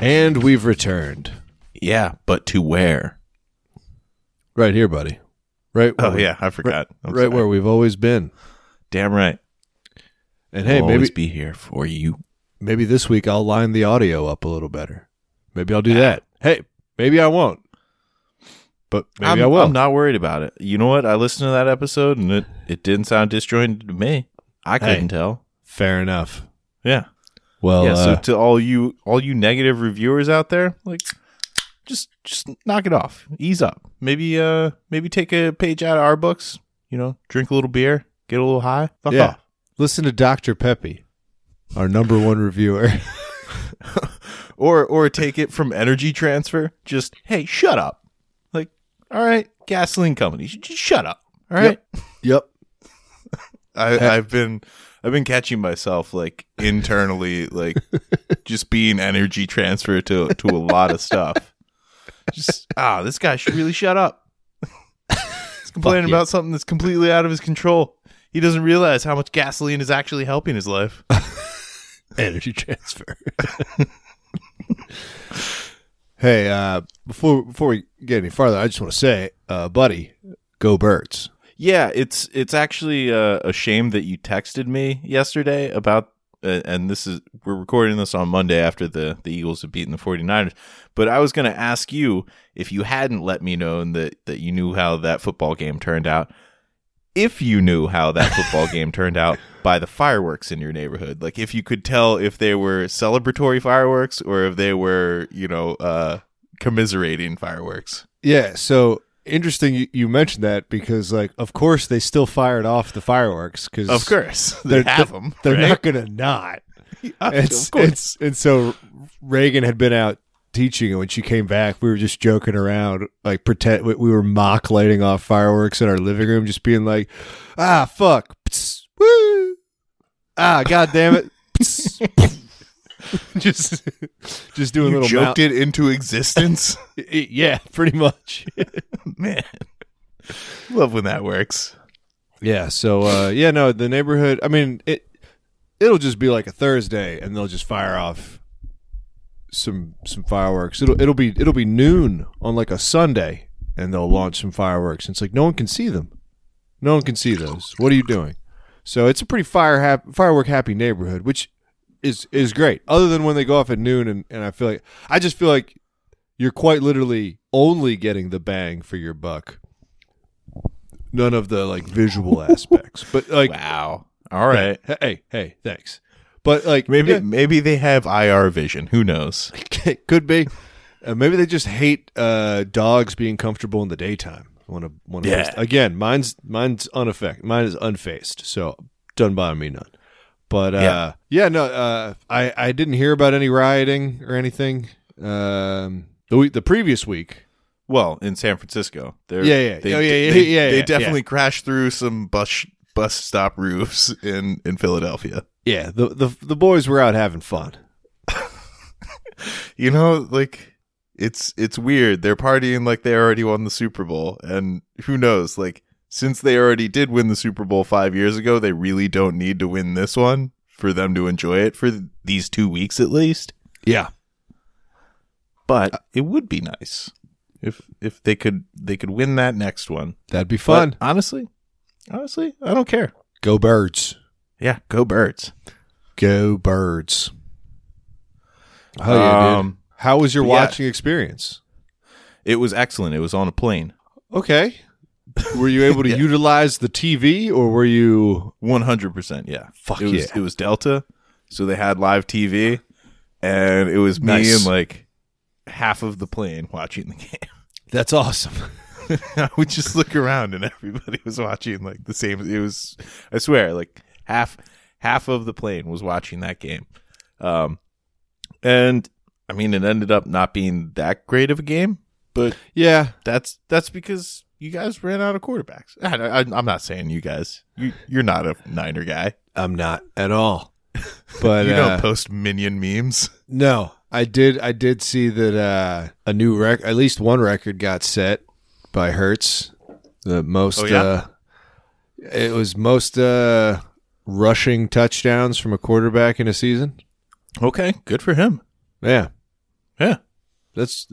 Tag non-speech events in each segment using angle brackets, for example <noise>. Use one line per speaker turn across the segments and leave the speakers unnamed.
And we've returned.
Yeah, but to where?
Right here, buddy. Right where
Oh
we-
yeah, I forgot. I'm
right
sorry.
where we've always been.
Damn right.
And hey,
we'll
maybe
always be here for you.
maybe this week I'll line the audio up a little better. Maybe I'll do that. Hey, maybe I won't. But maybe
I'm,
I will.
I'm not worried about it. You know what? I listened to that episode and it, it didn't sound disjointed to me. I
Hey.
couldn't tell.
Fair enough.
Yeah.
Well,
yeah, so
uh,
to all you all you negative reviewers out there, like just just knock it off. Ease up. Maybe uh maybe take a page out of our books, you know, drink a little beer, get a little high. Fuck
yeah.
off.
Listen to Dr. Peppy, our number one reviewer. <laughs>
Or or take it from energy transfer. Just hey, shut up. Like, all right, gasoline company, sh- just shut up. All right.
yep.
I, I've been I've been catching myself like
<laughs>
internally like just being energy transfer to to a lot of stuff. Just ah, this guy should really shut up. He's complaining
yeah.
about something that's completely out of his control. He doesn't realize how much gasoline is actually helping his life.
Energy transfer. <laughs> hey, uh, before before we get any farther, I just want to say, uh, buddy, go birds.
Yeah, it's it's actually uh, a shame that you texted me yesterday about uh, and this is we're recording this on Monday after the the Eagles have beaten the 49ers, but I was going to ask you if you hadn't let me know that that you knew how that football game turned out. If you knew how that football game turned out by the fireworks in your neighborhood, like if you could tell if they were celebratory fireworks or if they were, you know, uh commiserating fireworks.
Yeah, so interesting you, you mentioned that because like of course they still fired off the fireworks cuz
Of course, they
They're-
have them.
they're not going to not. It's,
<laughs> of course.
It's, and so Reagan had been out teaching, and when she came back, we were just joking around, like pretend we, we were mock lighting off fireworks in our living room, just being like, "Ah, fuck, Psst. woo, ah, god damn it."
<laughs>
Psst. <laughs> just just doing
you
little
joked it into existence.
<laughs> it yeah pretty much
Man, love when that works.
Yeah. So uh, yeah, no, the neighborhood. I mean, it it'll just be like a Thursday, and they'll just fire off some some fireworks. It'll it'll be it'll be noon on like a Sunday, and they'll launch some fireworks. And it's like no one can see them. No one can see those. What are you doing? So it's a pretty fire hap- firework happy neighborhood, which is is great. Other than when they go off at noon, and, and I feel like I just feel like you're quite literally only getting the bang for your buck. None of the like visual aspects, but like
Wow. All right.
Hey, hey, hey, thanks. But like
Maybe
yeah,
maybe they have IR vision. Who knows?
it <laughs> could be. Uh, maybe they just hate uh, dogs being comfortable in the daytime. Want to want to
Yeah.
again? Mine's mine's unaffected. Mine is unfaced, so doesn't bother me none. But uh, yeah.
Yeah.
no, uh, I I didn't hear about any rioting or anything. Um, the week, the previous week,
Well, in San Francisco, they're,
Yeah, yeah.
they,
Oh, yeah, yeah,
they,
yeah, yeah,
they
yeah.
definitely crashed through some bus bus stop roofs in in Philadelphia.
yeah, the the the boys were out having fun.
You know, like it's it's weird. They're partying like they already won the Super Bowl, and who knows? Like since they already did win the Super Bowl five years ago, they really don't need to win this one for them to enjoy it for th- these two weeks at least.
Yeah, Uh,
But it would be nice if if they could they could win that next one.
that'd be fun.
But honestly, honestly, I don't care.
Go birds.
Yeah, go birds.
Go birds. Hell yeah, dude.
Um,
How was your
but yeah.
watching experience?
It was excellent. It was on a plane.
Okay. Were you <laughs> able to utilize the TV or were you
One hundred percent, yeah.
Fuck
it was,
yeah.
It was Delta, so they had live TV, and it was me
Nice.
and like half of the plane watching the game. <laughs>
That's awesome.
I would just look around, and everybody was watching like the same. It was, I swear, like half half of the plane was watching that game. Um, and I mean, it ended up not being that great of a game, but
<laughs> Yeah.
that's that's because you guys ran out of quarterbacks. I, I, I'm not saying you guys. You you're not a Niner guy.
I'm not at <laughs> all. But
you
uh,
don't post minion memes.
no, I did I did see that uh, a new record at least one record got set by Hertz. The most
Oh, yeah?
uh it was most uh rushing touchdowns from a quarterback in a season.
Okay, good for him.
Yeah.
Yeah.
That's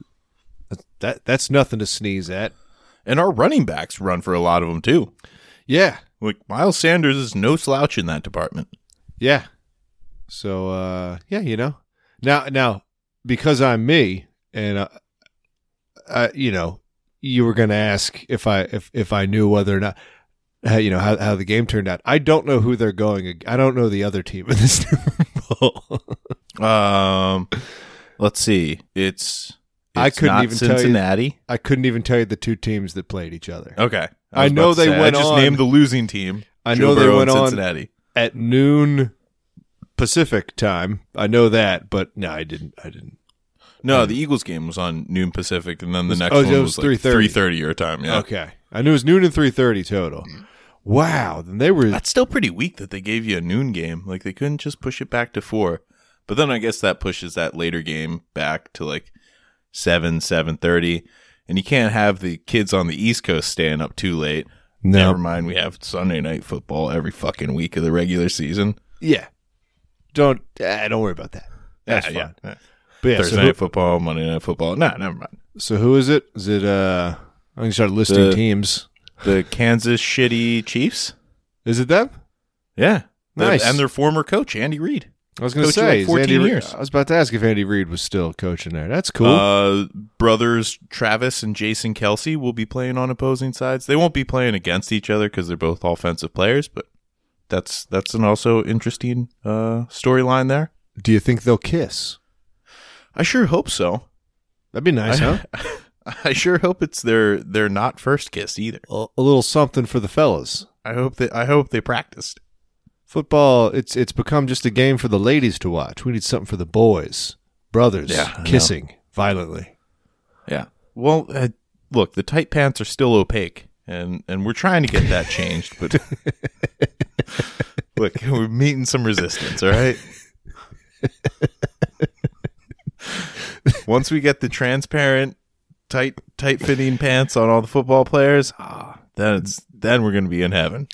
that's- that that's nothing to sneeze at.
And our running backs run for a lot of them too.
Yeah,
Like Miles Sanders is no slouch in that department.
yeah. So uh, yeah, you know. Now now because I'm me and uh, uh, you know you were going to ask if I if if I knew whether or not. How, you know how, how the game turned out. I don't know who they're going. ag- I don't know the other team in this <laughs> Super Bowl.
Um, let's see. It's, it's
I couldn't
not
even tell you-
Cincinnati.
I couldn't even tell you the two teams that played each other.
Okay,
I
was about
know
to
they
say,
went
I just
on-
named the losing team.
I
Joe
know they
Burrow
went
and
on
Cincinnati.
at noon Pacific time. I know that, but no, I didn't. I didn't.
No, the Eagles game was on noon Pacific, and then the
Was-
next
oh,
one
it
was
was
three
3:30.
thirty your time. Yeah, Mm.
Okay, I knew it was noon and three thirty total. Wow, then they were.
that's still pretty weak that they gave you a noon game. Like they couldn't just push it back to four. But then I guess that pushes that later game back to like seven, seven thirty, and you can't have the kids on the East Coast staying up too late. Never
No,
mind, we have Sunday night football every fucking week of the regular season.
yeah. Don't eh, don't worry about that. That's
Yeah,
fine.
yeah.
But yeah,
Thursday
so who,
night football, Monday night football. Nah, never mind.
so who is it? Is it? uh I'm gonna start listing
The-
teams.
The Kansas shitty Chiefs.
Is it them?
Yeah,
Nice.
And their former coach Andy Reid.
I was gonna
Coached
say
like
is
14
Andy Re-
years.
I was about to ask if Andy Reid was still coaching there. That's cool.
Uh, brothers Travis and Jason Kelsey will be playing on opposing sides. They won't be playing against each other because they're both offensive players, but that's that's an also interesting uh, storyline there.
Do you think they'll kiss?
I sure hope so. <laughs>
That'd be nice, huh?
I sure hope it's their their not first kiss either.
A a little something for the fellas.
I hope that I hope they practiced.
Football, it's it's become just a game for the ladies to watch. We need something for the boys, brothers,
Yeah, I know.
kissing violently.
Yeah. Well, uh, look, the tight pants are still opaque, and and we're trying to get that changed, but look, we're meeting some resistance. All right. Once we get the transparent, tight, tight fitting pants on all the football players, ah, then it's then we're gonna be in heaven.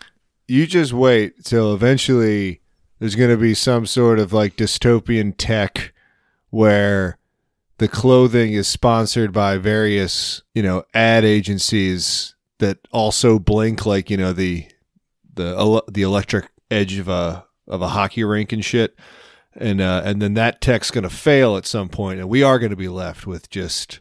You just wait till eventually there's going to be some sort of like dystopian tech where the clothing is sponsored by various, you know, ad agencies that also blink like, you know, the the ele- the electric edge of a of a hockey rink and shit. And uh, and then that tech's going to fail at some point and we are going to be left with just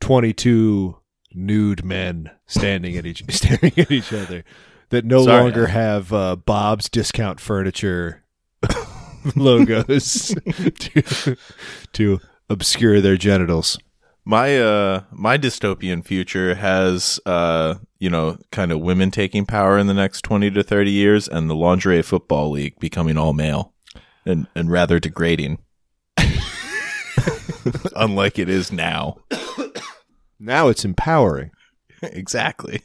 22 nude men standing at each <laughs> staring at each other that no
Sorry.
longer have uh, Bob's discount furniture <laughs> logos <laughs> to, to obscure their genitals.
My uh my dystopian future has uh you know kind of women taking power in the next 20 to 30 years and the lingerie football league becoming all male and and rather degrading. <laughs> Unlike it is now.
Now it's empowering.
exactly.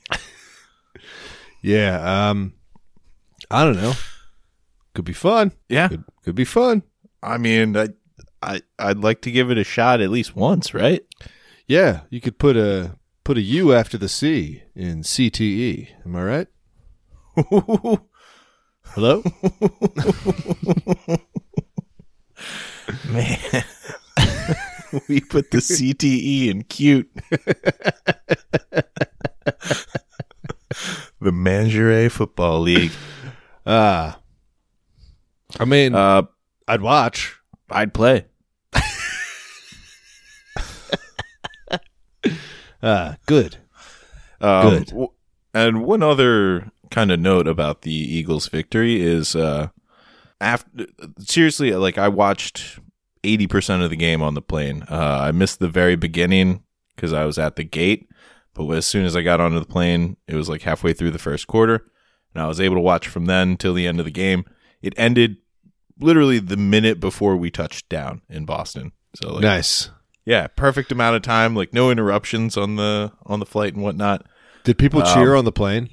Yeah, um I don't know. Could be fun.
Yeah.
Could, could be fun.
I mean I I I'd like to give it a shot at least once, right?
Yeah, you could put a put a U after the C in CTE. Am I right? <laughs> Hello?
Man. <laughs> we put the CTE in cute. the Manjure Football League.
Ah. I mean,
Uh,
I'd watch.
I'd play.
Ah, good.
Um,
Good.
w- and one other kind of note about the Eagles' victory is uh, after seriously, like I watched eighty percent of the game on the plane. Uh, I missed the very beginning because I was at the gate, but as soon as I got onto the plane, it was like halfway through the first quarter, and I was able to watch from then till the end of the game. It ended literally the minute before we touched down in Boston. So like,
nice.
yeah, perfect amount of time, like no interruptions on the on the flight and whatnot.
Did people
Um,
cheer on the plane?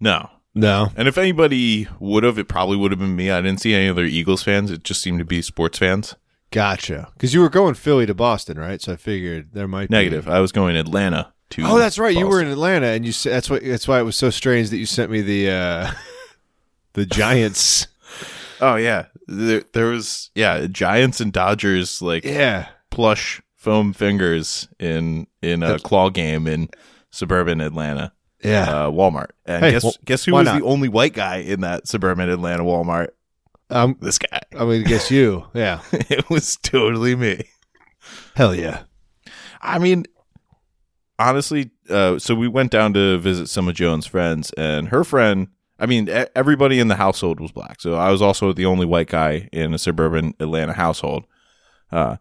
No.
No.
And if anybody would have, it probably would have been me. I didn't see any other Eagles fans. It just seemed to be sports fans.
Gotcha. Because you were going Philly to Boston, right? So I figured there might
Negative.
Be...
I was going Atlanta to.
Mm. Oh, that's right. You were
Boston.
in Atlanta, and you said that's why. That's why it was so strange that you sent me the uh, <laughs> the Giants.
<laughs> Oh yeah. There, there was yeah Giants and Dodgers like
yeah,
plush foam fingers in in a
That's-
claw game in suburban Atlanta
Yeah.
uh, Walmart. And
Hey,
guess
well,
guess who
why
was
not?
the only white guy in that suburban Atlanta Walmart?
I'm,
This guy. <laughs>
I mean, I guess you. Yeah.
it was totally me.
Hell yeah.
I mean, honestly, uh, so we went down to visit some of Joan's friends, and her friend. I mean, e- everybody in the household was black, so I was also the only white guy in a suburban Atlanta household. Uh,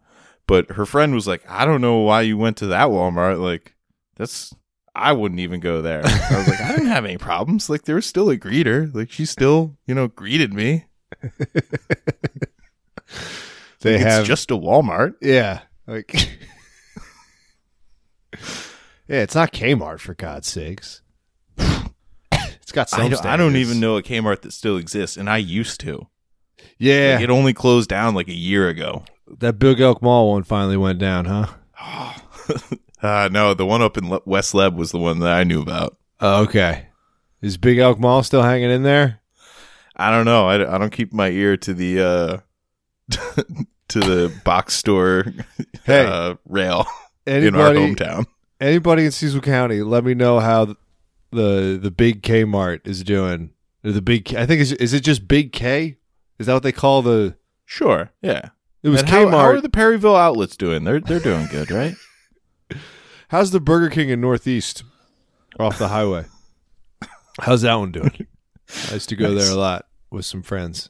but her friend was like, "I don't know why you went to that Walmart. Like, that's I wouldn't even go there." I was like, "I didn't have any problems. Like, there was still a greeter. Like, she still, you know, greeted me.
They
It's
have.
just a Walmart."
yeah. Like. <laughs> yeah, it's not Kmart for God's
<laughs>
sakes. it's got some.
I don't, I don't
standards.
even know a Kmart that still exists, and I used to.
Yeah,
Like, it only closed down like a year <sighs> ago.
that Big Elk Mall one finally went down, huh?
uh, no, the one up in Le- West Leb was the one that I knew about.
Oh, okay. Is Big Elk Mall still hanging in there?
I don't know. I, I don't keep my ear to the uh, <laughs> to the box store
Hey,
uh, rail
anybody,
in our hometown.
anybody in Cecil County, let me know how th- the the big Kmart is doing. Or the big, K- I think is is it just Big K? Is that what they call the?
Sure. Yeah.
It was
And how,
Kmart.
how are the Perryville outlets doing? They're they're doing good, right?
How's the Burger King in Northeast off the highway? How's that one <laughs> doing? I used to go there a lot with some friends.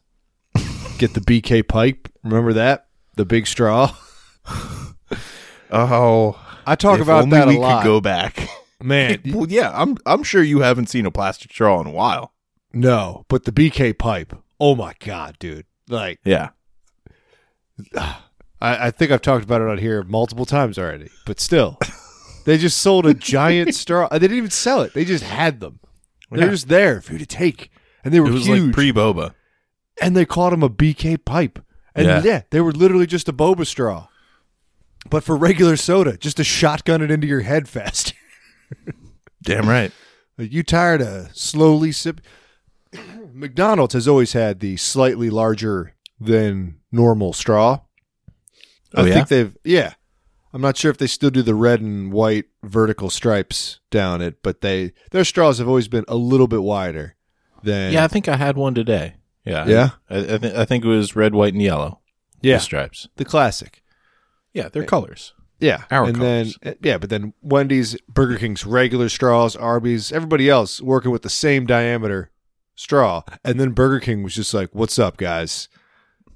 Get the BK pipe. Remember that? The big straw.
<laughs> oh,
I talk
if
about
only
that a
we
lot. <laughs>
could go <laughs> back.
Man,
well, yeah, I'm I'm sure you haven't seen a plastic straw in a while.
no, but the BK pipe. Oh my god, dude. Like
Yeah.
I, I think I've talked about it on here multiple times already, but still. They just sold a
<laughs>
giant straw. They didn't even sell it. They just had them. They're
Yeah.
just there for you to take. And they were
It was
huge.
like pre boba.
and they called him a BK pipe. And yeah.
Yeah.
they were literally just a boba straw, but for regular soda, just to shotgun it into your head <laughs> fast.
Damn right.
Are you tired of slowly sip? <coughs> McDonald's has always had the slightly larger than normal straw.
Oh,
I
yeah?
think they've yeah. I'm not sure if they still do the red and white vertical stripes down it, but they their straws have always been a little bit wider than
Yeah, I think I had one today. Yeah,
Yeah?
I, I, th- I think it was red, white, and yellow. the
yeah
stripes.
the classic.
Yeah, they're colors.
Yeah,
Our
and
colors.
then eh, yeah, but then Wendy's, Burger King's regular straws, Arby's, everybody else working with the same diameter straw, and then Burger King was just like, "What's up, guys?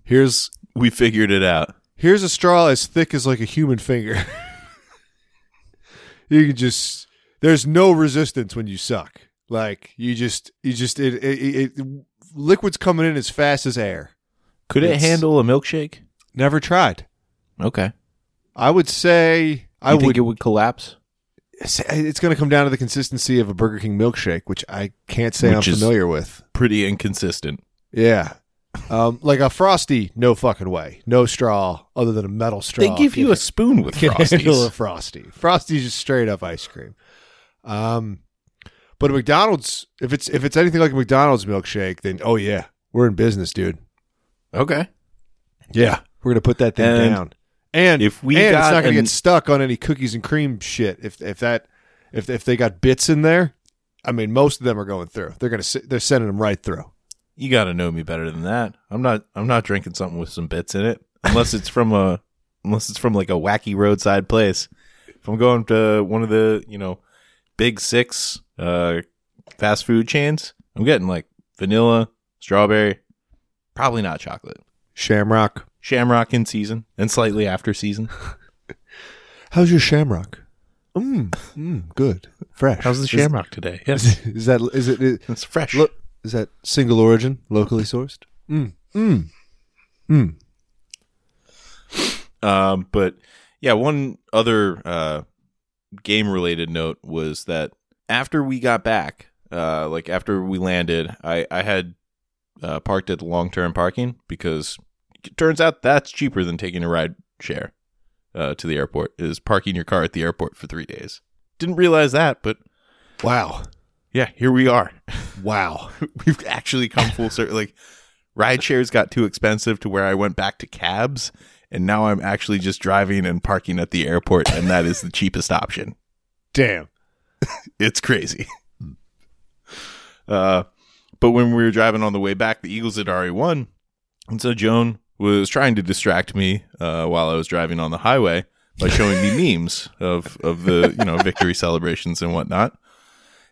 Here's
We figured it out.
here's a straw as thick as like a human finger. <laughs> you can just there's no resistance when you suck. Like you just you just it it, it, it liquid's coming in as fast as air.
Could
It's-
it handle a milkshake?
Never tried.
Okay. You
I would say I
think
would
it would collapse.
It's- it's going to come down to the consistency of a Burger King milkshake, which I can't say
Which
I'm
is-
familiar with.
Pretty inconsistent.
Yeah. Um, like a frosty, no fucking way, no straw other than a metal straw.
They give you a spoon <laughs> with
Can't handle a
frosties.
frosty. Frosty's just straight up ice cream. Um, but a McDonald's, if it's if it's anything like a McDonald's milkshake, then oh yeah, we're in business, dude.
okay.
Yeah, we're gonna put that thing
And
down. And
if we
and it's
got
not gonna
an-
get stuck on any cookies and cream shit. If if that if if they got bits in there, I mean, most of them are going through. They're gonna se- they're sending them right through.
You got to know me better than that. I'm not. I'm not drinking something with some bits in it, unless it's from a, <laughs> unless it's from like a wacky roadside place. If I'm going to one of the you know, big six uh, fast food chains, I'm getting like vanilla, strawberry, probably not chocolate.
Shamrock,
Shamrock in season and slightly after season.
how's your Shamrock? Mmm, mm, good, fresh.
How's the
Is-
shamrock today? Yes,
<laughs> Is, that is it is,
<laughs> it's fresh.
look? Is that single origin, locally sourced? Mm, mm, mm.
Um, but yeah, one other uh, game related note was that after we got back, uh, like after we landed, I, I had uh, parked at long term parking because it turns out that's cheaper than taking a ride share uh, to the airport, is parking your car at the airport for three days. Didn't realize that, but
Wow,
yeah, here we are.
wow.
<laughs> We've actually come full circle. Like, ride shares got too expensive to where I went back to cabs and now I'm actually just driving and parking at the airport, and that is the cheapest option.
Damn.
It's crazy. <laughs> uh, but when we were driving on the way back, the Eagles had already won. And so Joan was trying to distract me uh, while I was driving on the highway by showing me memes of, of the, you know, victory celebrations and whatnot.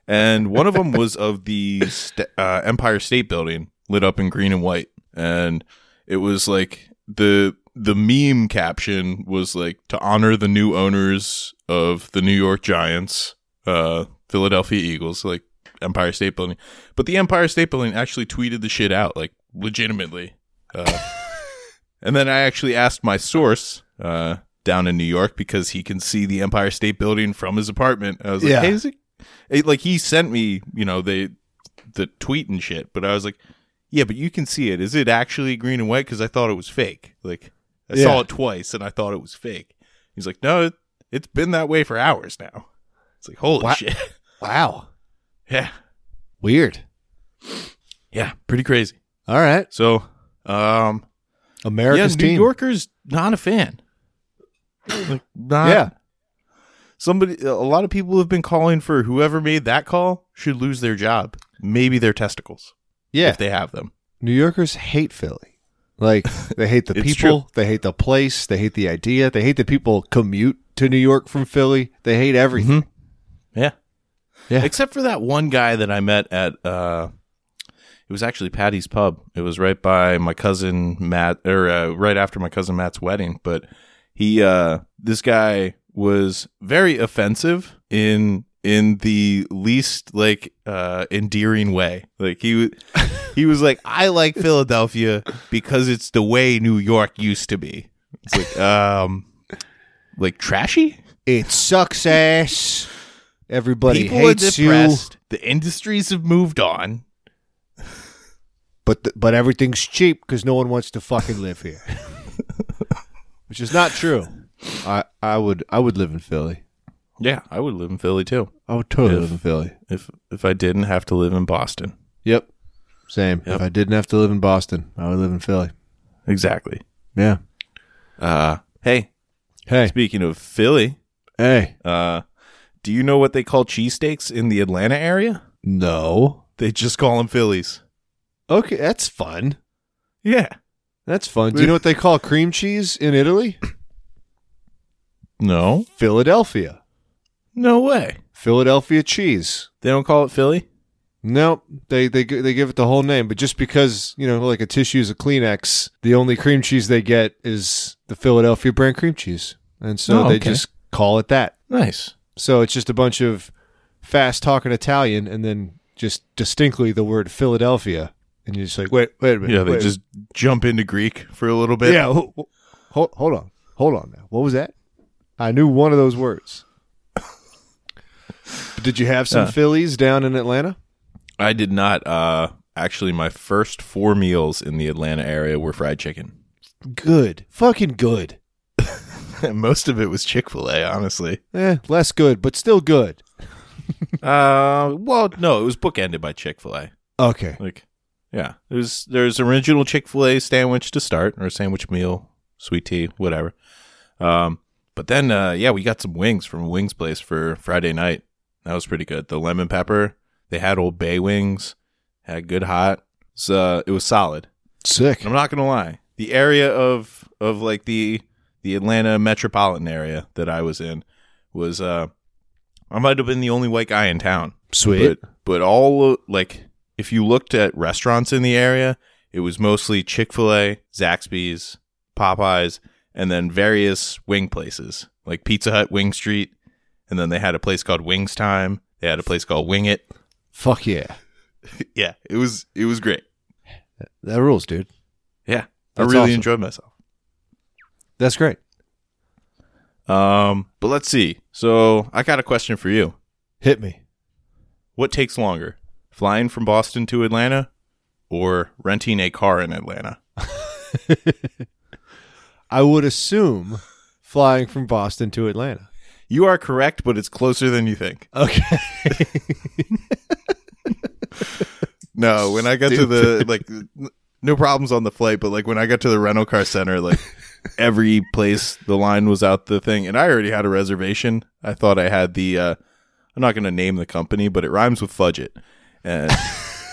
And one of them was of the st- uh, Empire State Building lit up in green and white. And it was like the the meme caption was like to honor the new owners of the New York Giants, uh, Philadelphia Eagles, like Empire State Building. But the Empire State Building actually tweeted the shit out, like legitimately. Uh, and then I actually asked my source uh, down in New York because he can see the Empire State Building from his apartment. I was like,
Yeah.
hey, is it? it- Like he sent me, you know, the the tweet and shit, but I was like, yeah, but you can see it. Is it actually green and white? Because I thought it was fake. Like I saw
Yeah.
it twice and I thought it was fake. He's like, no, it, it's been that way for hours now. It's like, holy
Wha-
shit. <laughs>
Wow.
yeah.
Weird.
Yeah. Pretty crazy.
All right.
So, um,
America's
yeah, New
team.
Yorkers not
<clears throat>
a fan. Like, not,
Yeah.
Somebody, a lot of people have been calling for whoever made that call should lose their job, maybe their testicles
Yeah.
if they have them.
New Yorkers hate Philly. Like they hate the
<laughs> It's
people, they hate the place, they hate the idea, they hate that people commute to New York from Philly. They hate everything.
Mm-hmm. Yeah.
Yeah.
Except for that one guy that I met at uh it was actually Patty's pub. It was right by my cousin Matt or uh, right after my cousin Matt's wedding, but he uh this guy was very offensive in in the least like uh endearing way. Like he w- he was like I like Philadelphia because it's the way New York used to be. It's like um like trashy?
It sucks ass. Everybody
People are
hates you,
depressed. The industries have moved on.
but th- but everything's cheap because no one wants to fucking live
<laughs>
here, which is not true. I I would I would live in Philly.
Yeah, I would live in Philly too
I would totally
If-
live in Philly.
if if I didn't have to live in Boston.
Yep, same.
Yep.
If I didn't have to live in Boston, I would live in Philly.
Exactly.
Yeah.
Uh, hey,
Hey
speaking of Philly,
hey.
uh, do you know what they call cheesesteaks in the Atlanta area?
No.
They just call them Phillies.
Okay, that's fun.
Yeah.
That's fun. Do you know what they call cream cheese in Italy?
No.
Philadelphia.
No way.
Philadelphia cheese.
They don't call it Philly.
Nope, they they gi- they give it the whole name, but just because you know, like a tissue is a Kleenex, the only cream cheese they get is the Philadelphia brand cream cheese, and so
Oh,
they
okay.
just call it that.
Nice.
So it's just a bunch of fast talking Italian, and then just distinctly the word Philadelphia, and you're just like, wait, wait a minute,
Yeah, they
wait.
just jump into Greek for a little bit.
yeah, ho- ho- hold hold on, hold on now, what was that? I knew one of those words. But Did you have some Phillies down in Atlanta?
I did not. Uh, actually, my first four meals in the Atlanta area were fried chicken.
Good, fucking good.
<laughs> Most of it was Chick Fil A, honestly.
Eh, less good, but still good.
Uh, well, no, it was bookended by Chick Fil A.
Okay.
Like, yeah, there's there's original Chick Fil A sandwich to start, or sandwich meal, sweet tea, whatever. Um, but then, uh, yeah, we got some wings from a wings place for Friday night. That was pretty good. The lemon pepper, they had Old Bay wings, had good hot. So uh, it was solid.
Sick.
And I'm not gonna lie. The area of of like the the Atlanta metropolitan area that I was in was uh I might have been the only white guy in town.
Sweet.
But but all of, like if you looked at restaurants in the area, it was mostly Chick-fil-A, Zaxby's, Popeyes, and then various wing places, like Pizza Hut, Wing Street, and then they had a place called Wings Time. They had a place called Wing It. <laughs>
Fuck yeah.
Yeah, it was it was great.
That rules, dude.
Yeah.
That's
I really
awesome.
enjoyed myself.
That's great.
Um, but let's see. So I got a question for you.
Hit me.
What takes longer, flying from Boston to Atlanta, or renting a car in Atlanta?
I would assume flying from Boston to Atlanta.
You are correct, but it's closer than you think.
Okay.
No, when I got to the like, n- no problems on the flight, but like when I got to the rental car center, like every place the line was out the thing, and I already had a reservation. I thought I had the. Uh, I'm not going to name the company, but it rhymes with fudget. And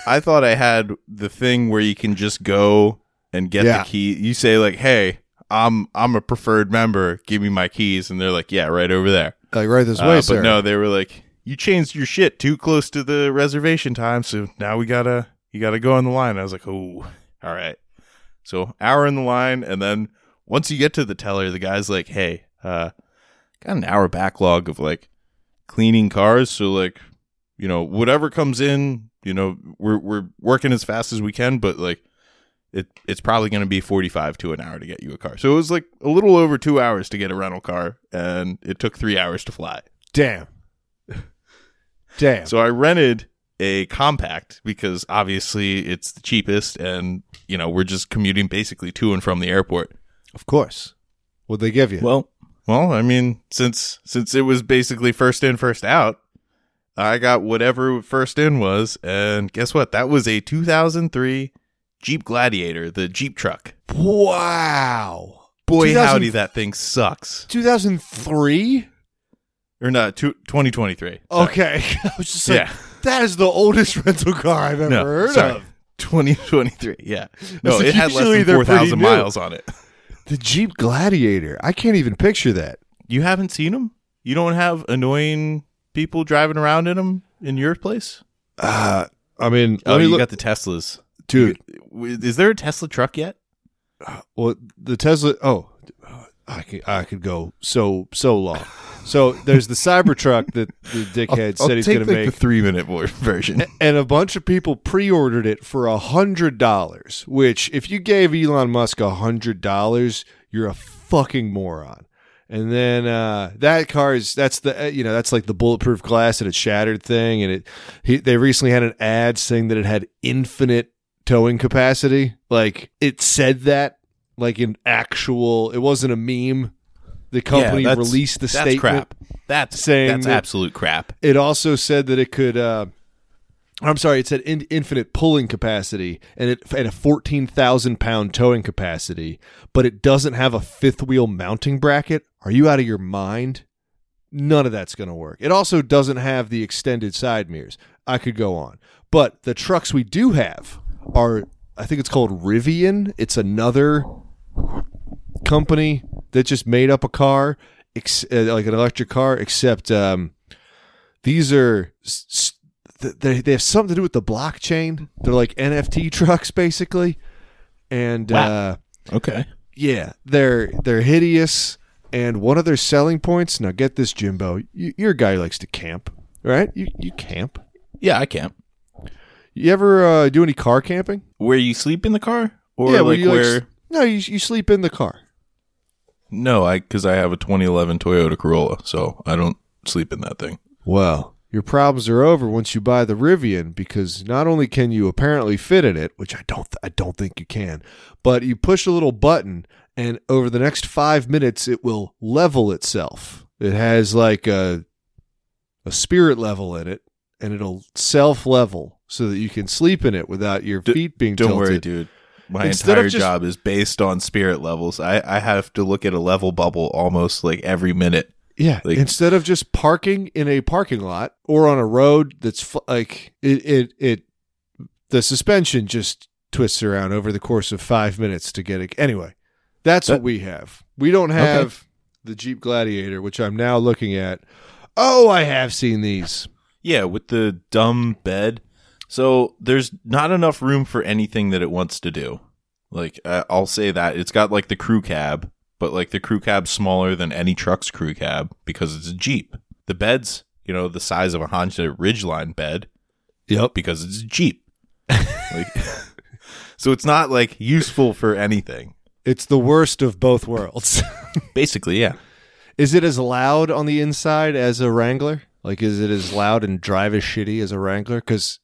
I thought I had the thing where you can just go and get
Yeah.
the key. You say like, "Hey, I'm I'm a preferred member. Give me my keys," and they're like, "Yeah, right over there."
Like right this
Uh,
way,
but
sir.
no, they were like, "You changed your shit too close to the reservation time, so now we gotta you gotta go on the line." I was like, "Oh, all right." So hour in the line, and then once you get to the teller, the guy's like, "Hey, uh, got an hour backlog of like cleaning cars, so like, you know, whatever comes in, you know, we're we're working as fast as we can, but like." It, it's probably going to be 45 to an hour to get you a car. So it was like a little over two hours to get a rental car, and it took three hours to fly.
Damn. Damn.
So I rented a compact because obviously it's the cheapest and you know, we're just commuting basically to and from the airport.
of course. What'd they give you?
Well, well, I mean, since since it was basically first in, first out, I got whatever first in was, and guess what? That was a 2003 Jeep Gladiator, the Jeep truck.
wow.
Boy,
2000
howdy, that thing sucks.
2003?
Or not, two, 2023. Sorry.
Okay. <laughs> I was just like,
Yeah.
that is the oldest <laughs> rental car I've ever
No,
heard
sorry.
of.
2023. Yeah. No,
like
it had less
usually
than
they're pretty
4,000
new.
miles on it.
The Jeep Gladiator. I can't even picture that.
You haven't seen them? You don't have annoying people driving around in them in your place?
Uh, I mean,
Oh,
let me
you
look,
got the Teslas.
dude.
Is there a Tesla truck yet?
Well, the Tesla. Oh, I could, I could go so so long. So there's the Cybertruck that <laughs> the dickhead said he's going to make,
three minute <laughs> version.
and a bunch of people pre-ordered it for a hundred dollars. Which, if you gave Elon Musk a hundred dollars, you're a fucking moron. And then uh, that car is that's the uh, you know that's like the bulletproof glass and it shattered thing, and it he, they recently had an ad saying that it had infinite towing capacity. Like it said that, like an actual. It wasn't a meme. The company
that's-
released the
That's
statement.
crap. That's
saying
that's
that-
absolute crap.
It also said that it could. Uh, I'm sorry. It said in, infinite pulling capacity and it and a 14,000 pound towing capacity, but it doesn't have a fifth wheel mounting bracket. Are you out of your mind? None of that's going to work. It also doesn't have the extended side mirrors. I could go on, but the trucks we do have are. I think it's called Rivian. It's another company that just made up a car, ex- uh, like an electric car, except um, these are s- s- th- they they have something to do with the blockchain. They're like NFT trucks basically, and
Wow.
uh,
Okay.
yeah, they're they're hideous. And one of their selling points. Now get this, Jimbo. You, you're a guy who likes to camp, right? You you camp.
Yeah, I can't.
You ever uh, do any car camping?
Where you sleep in the car, or
yeah,
like
you like, s-
where?
no, you you sleep in the car.
no, I because I have a 2011 Toyota Corolla, so I don't sleep in that thing.
Well, your problems are over once you buy the Rivian because not only can you apparently fit in it, which I don't I don't think you can, but you push a little button and over the next 5 minutes it will level itself. It has like a a spirit level in it and it'll self-level so that you can sleep in it without your
D-
feet being
Don't
tilted.
worry, dude. My
Instead of
entire
just-
job is based on spirit levels. I, I have to look at a level bubble almost like every minute.
Yeah,
Like-
instead of just parking in a parking lot or on a road that's fl- like it, it, it, the suspension just twists around over the course of five minutes to get it. Anyway, that's what
That-
we have. We don't have the Jeep Gladiator, which I'm now looking at. Oh, I have seen these.
Yeah, with the dumb bed. So there's not enough room for anything that it wants to do. Like I- I'll say that it's got like the crew cab, but like the crew cab's smaller than any truck's crew cab because it's a Jeep. The bed's, you know, the size of a Honda Ridgeline bed
Yep.
because it's a Jeep. like, <laughs> so it's not like useful for anything.
It's the worst of both worlds. <laughs>
Basically, yeah.
is it as loud on the inside as a Wrangler? Like, is it as loud and drive as shitty as a Wrangler? Because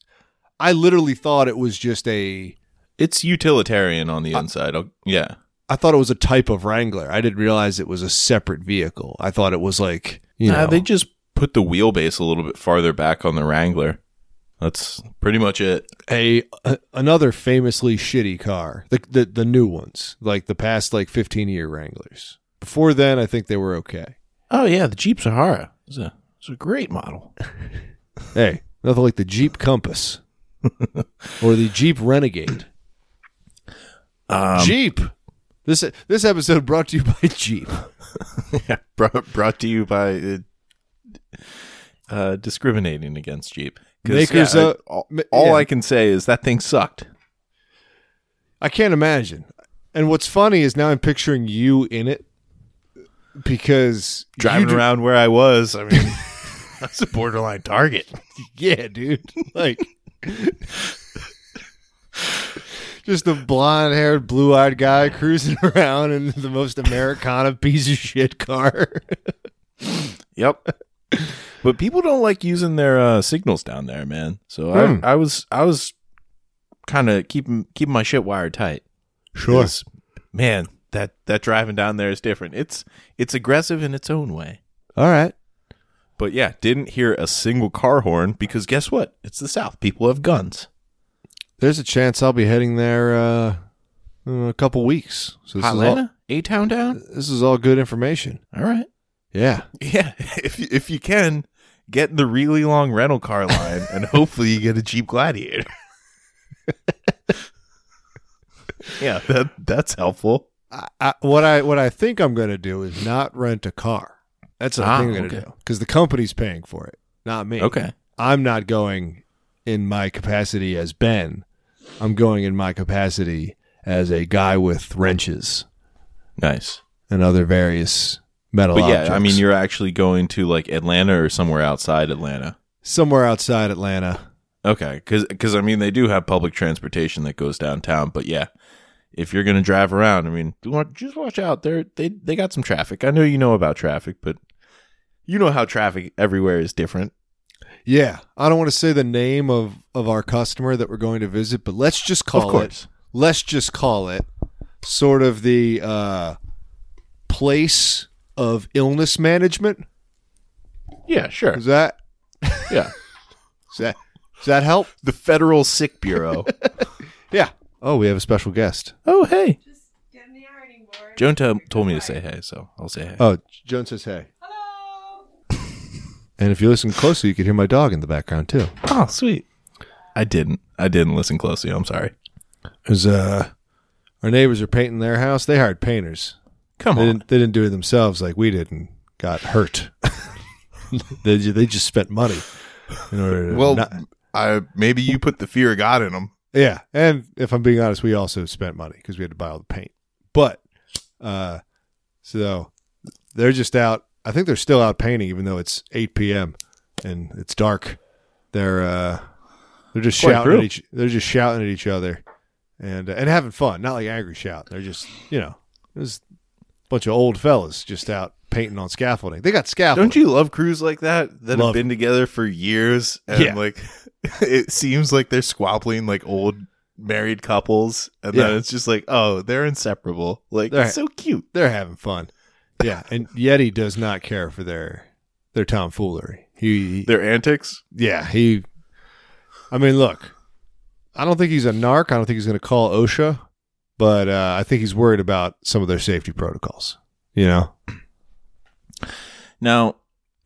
I literally thought it was just a
It's utilitarian on the inside. I'll- yeah.
I thought it was a type of Wrangler. I didn't realize it was a separate vehicle. I thought it was like you
Nah,
know.
they just put the wheelbase a little bit farther back on the Wrangler. That's pretty much it.
a, a- another famously shitty car. The, the the new ones, like the past like 15 year Wranglers. Before then, I think they were okay.
Oh yeah, the Jeep Sahara is a it's a great <laughs> model.
Hey, nothing like the Jeep Compass
<laughs>
or the Jeep Renegade.
Um,
Jeep. This this episode brought to you by Jeep.
brought, brought to you by uh, uh, discriminating against Jeep. 'Cause,
Makers
yeah, I-
of-
uh, all,
ma-
all
yeah.
I can say is that thing sucked.
I can't imagine. And what's funny is now I'm picturing you in it because you
Driving
dri-
around where I was, I mean, <laughs> that's a borderline target. <laughs>
Yeah, dude. Like just a blonde haired, blue eyed guy cruising <laughs> around in the most Americana piece of shit car.
Yep. <laughs> but people don't like using their uh, signals down there, man. So
Hmm.
I, I was I was kind of keeping keeping my shit wired tight. 'Cause, Man, that that driving down there is different. It's it's aggressive in its own way.
<laughs> All right.
But yeah, didn't hear a single car horn because guess what? It's the South. People have guns.
There's a chance I'll be heading there uh, in a couple weeks. So this, is all,
Hotlanta, A Town down.
this is all good information.
All right.
Yeah.
Yeah, <laughs> if you- if you can get the really long rental car line, <laughs> and hopefully you get a Jeep Gladiator. <laughs> yeah, that that's helpful.
I, I, what I what I think I'm going to do is not rent a car. That's what I
Ah,
think I'm going to
okay.
do because the company's paying for it, not me.
Okay.
I'm not going in my capacity as Ben. I'm going in my capacity as a guy with wrenches
Nice.
and other various metal
But
objects.
yeah, I mean, you're actually going to like Atlanta or somewhere outside Atlanta.
somewhere outside Atlanta.
Okay, because I mean they do have public transportation that goes downtown, but yeah, if you're gonna drive around, I mean, do want- just watch out. There they they got some traffic. I know you know about traffic, but you know how traffic everywhere is different.
Yeah, I don't want to say the name of of our customer that we're going to visit, but let's just call it. Let's just call it sort of the uh, place of illness management.
yeah, <laughs> sure,
Is that
yeah.
is that does that help?
The Federal Sick Bureau.
Yeah. Oh, we have a special guest.
<laughs> oh hey,
Just get in the ironing board.
Joan t- told me to say hey, so I'll say hey.
Oh, Joan says hey.
Hello.
And if you listen closely, you could hear my dog in the background too.
oh sweet. I didn't. I didn't listen closely. I'm sorry.
Because uh, our neighbors are painting their house. They hired painters.
Come
They
on.
didn't, they didn't do it themselves like we did and got hurt. <laughs> they, ju- they just spent money in order to
Well,
not-
I maybe you put the fear of God in them.
yeah. And if I'm being honest, we also spent money because we had to buy all the paint. But uh, so they're just out. I think they're still out painting, even though it's 8 p.m. and it's dark. They're uh, they're just
Quite
shouting
true.
at each. They're just shouting at each other, and uh, and having fun. Not like angry shout. They're just you know, there's a bunch of old fellas just out painting on scaffolding. They got scaffolding.
Don't you love crews like that that
Love
have been together for years and
Yeah.
like <laughs> it seems like they're squabbling like old married couples and
Yeah.
then it's just like oh they're inseparable like
They're-
it's so cute.
They're having fun. Yeah, and Yeti does not care for their their tomfoolery. He
Their antics.
yeah, he. I mean, look, I don't think he's a narc. I don't think he's going to call OSHA, but uh, I think he's worried about some of their safety protocols. You know,
Now,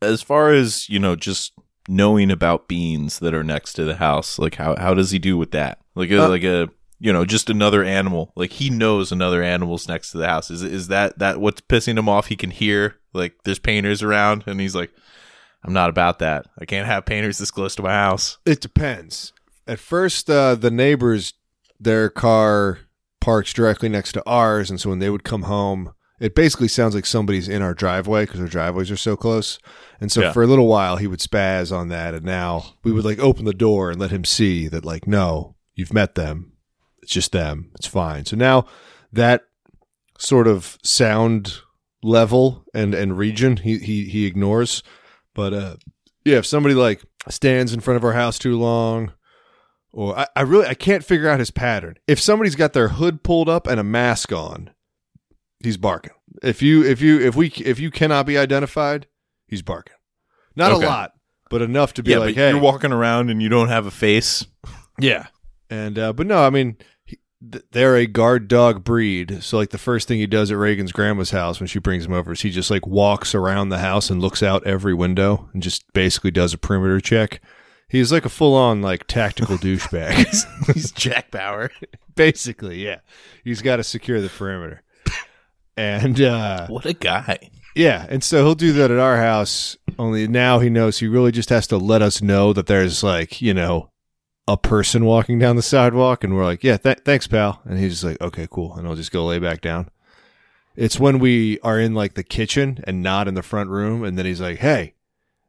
as far as you know, just knowing about beans that are next to the house, like how how does he do with that? Like a,
Uh,
like a you know just another animal. Like he knows another animal's next to the house. Is is that that what's pissing him off? He can hear like there's painters around, and he's like, I'm not about that. I can't have painters this close to my house.
it depends. At first, uh, the neighbors, their car parks directly next to ours, and so when they would come home, it basically sounds like somebody's in our driveway because our driveways are so close. And so
Yeah.
for a little while, he would spaz on that, and now we would like open the door and let him see that, like, no, you've met them. It's just them. It's fine. So now that sort of sound level and and region he he he ignores. But uh, yeah, if somebody like stands in front of our house too long, or I, I really I can't figure out his pattern. If somebody's got their hood pulled up and a mask on, he's barking. If you if you if we if you cannot be identified, he's barking. Not
Okay.
a lot. but enough to be
yeah,
like,
but
hey,
you're walking around and you don't have a face.
yeah. And uh, but no, I mean, he- th- they're a guard dog breed. So like the first thing he does at Reagan's grandma's house when she brings him over is he just like walks around the house and looks out every window and just basically does a perimeter check. He's like a full on like tactical douchebag. <laughs>
<laughs> He's Jack Bauer.
basically yeah he's got to secure the perimeter and uh
What a guy.
yeah and so he'll do that at our house only now he knows he really just has to let us know that there's like you know a person walking down the sidewalk and we're like yeah th- thanks pal and he's just like okay cool and i'll just go lay back down it's when we are in like the kitchen and not in the front room and then he's like hey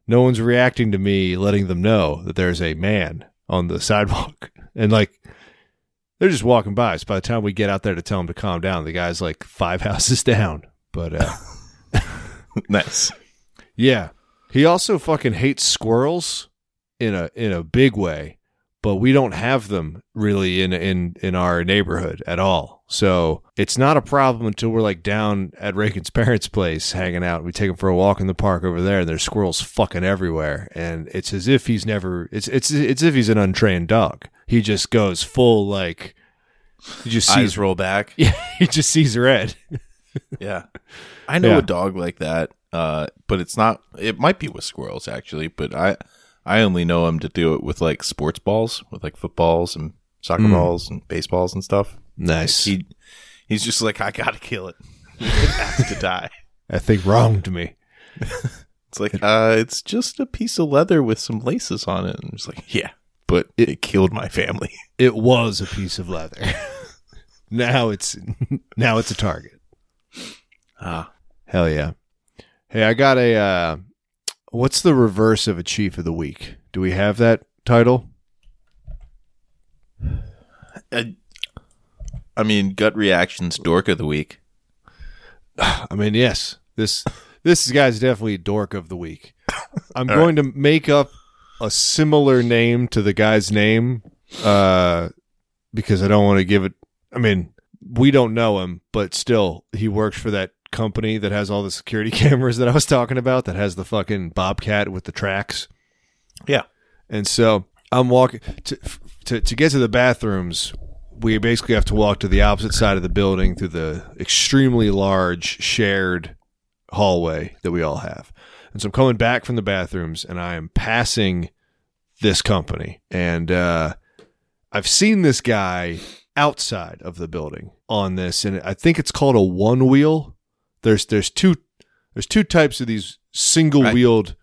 no one's reacting to me letting them know that there's a man on the <laughs> sidewalk and like they're just walking by. So by the time we get out there to tell him to calm down, the guy's like five <laughs> houses down. But uh,
<laughs> nice.
yeah, he also fucking hates squirrels in a in a big way. But we don't have them really in in in our neighborhood at all. So it's not a problem until we're like down at Reagan's <laughs> parents' place hanging out. We take him for a walk in the park over there, and there's squirrels fucking everywhere. And it's as if he's never. It's it's it's as if he's an untrained dog. He just goes full like. He just sees <laughs>
Eyes roll back.
Yeah, he just sees red.
Yeah. <laughs> I know
Yeah.
a dog like that, uh, but it's not it might be with squirrels actually, but I I only know him to do it with like sports balls, with like footballs and soccer
Mm.
balls and baseballs and stuff.
Nice.
He he's just like, I gotta kill it. <laughs> it has to die.
I think wronged me.
It's like, uh, it's just a piece of leather with some laces on it. And it's like, yeah, but it, killed my family. <laughs>
It was a piece of leather. <laughs> now it's now it's a target.
Ah.
Hell yeah. Hey, I got a uh what's the reverse of a chief of the week? Do we have that title?
I, I mean, gut reactions, dork of the week.
I mean, yes. This this guy's definitely dork of the week. I'm going to make up a similar name to the guy's name uh because I don't want to give it I mean, we don't know him, but still he works for that company that has all the security <laughs> cameras that I was talking about that has the fucking bobcat with the tracks.
Yeah.
And so I'm walking to to to get to the bathrooms. We basically have to walk to the opposite side of the building through the extremely large shared hallway that we all have. And so I'm coming back from the bathrooms, and I am passing this company, and uh, I've seen this guy outside of the building on this, and I think it's called a one wheel. There's there's two there's two types of these single wheeled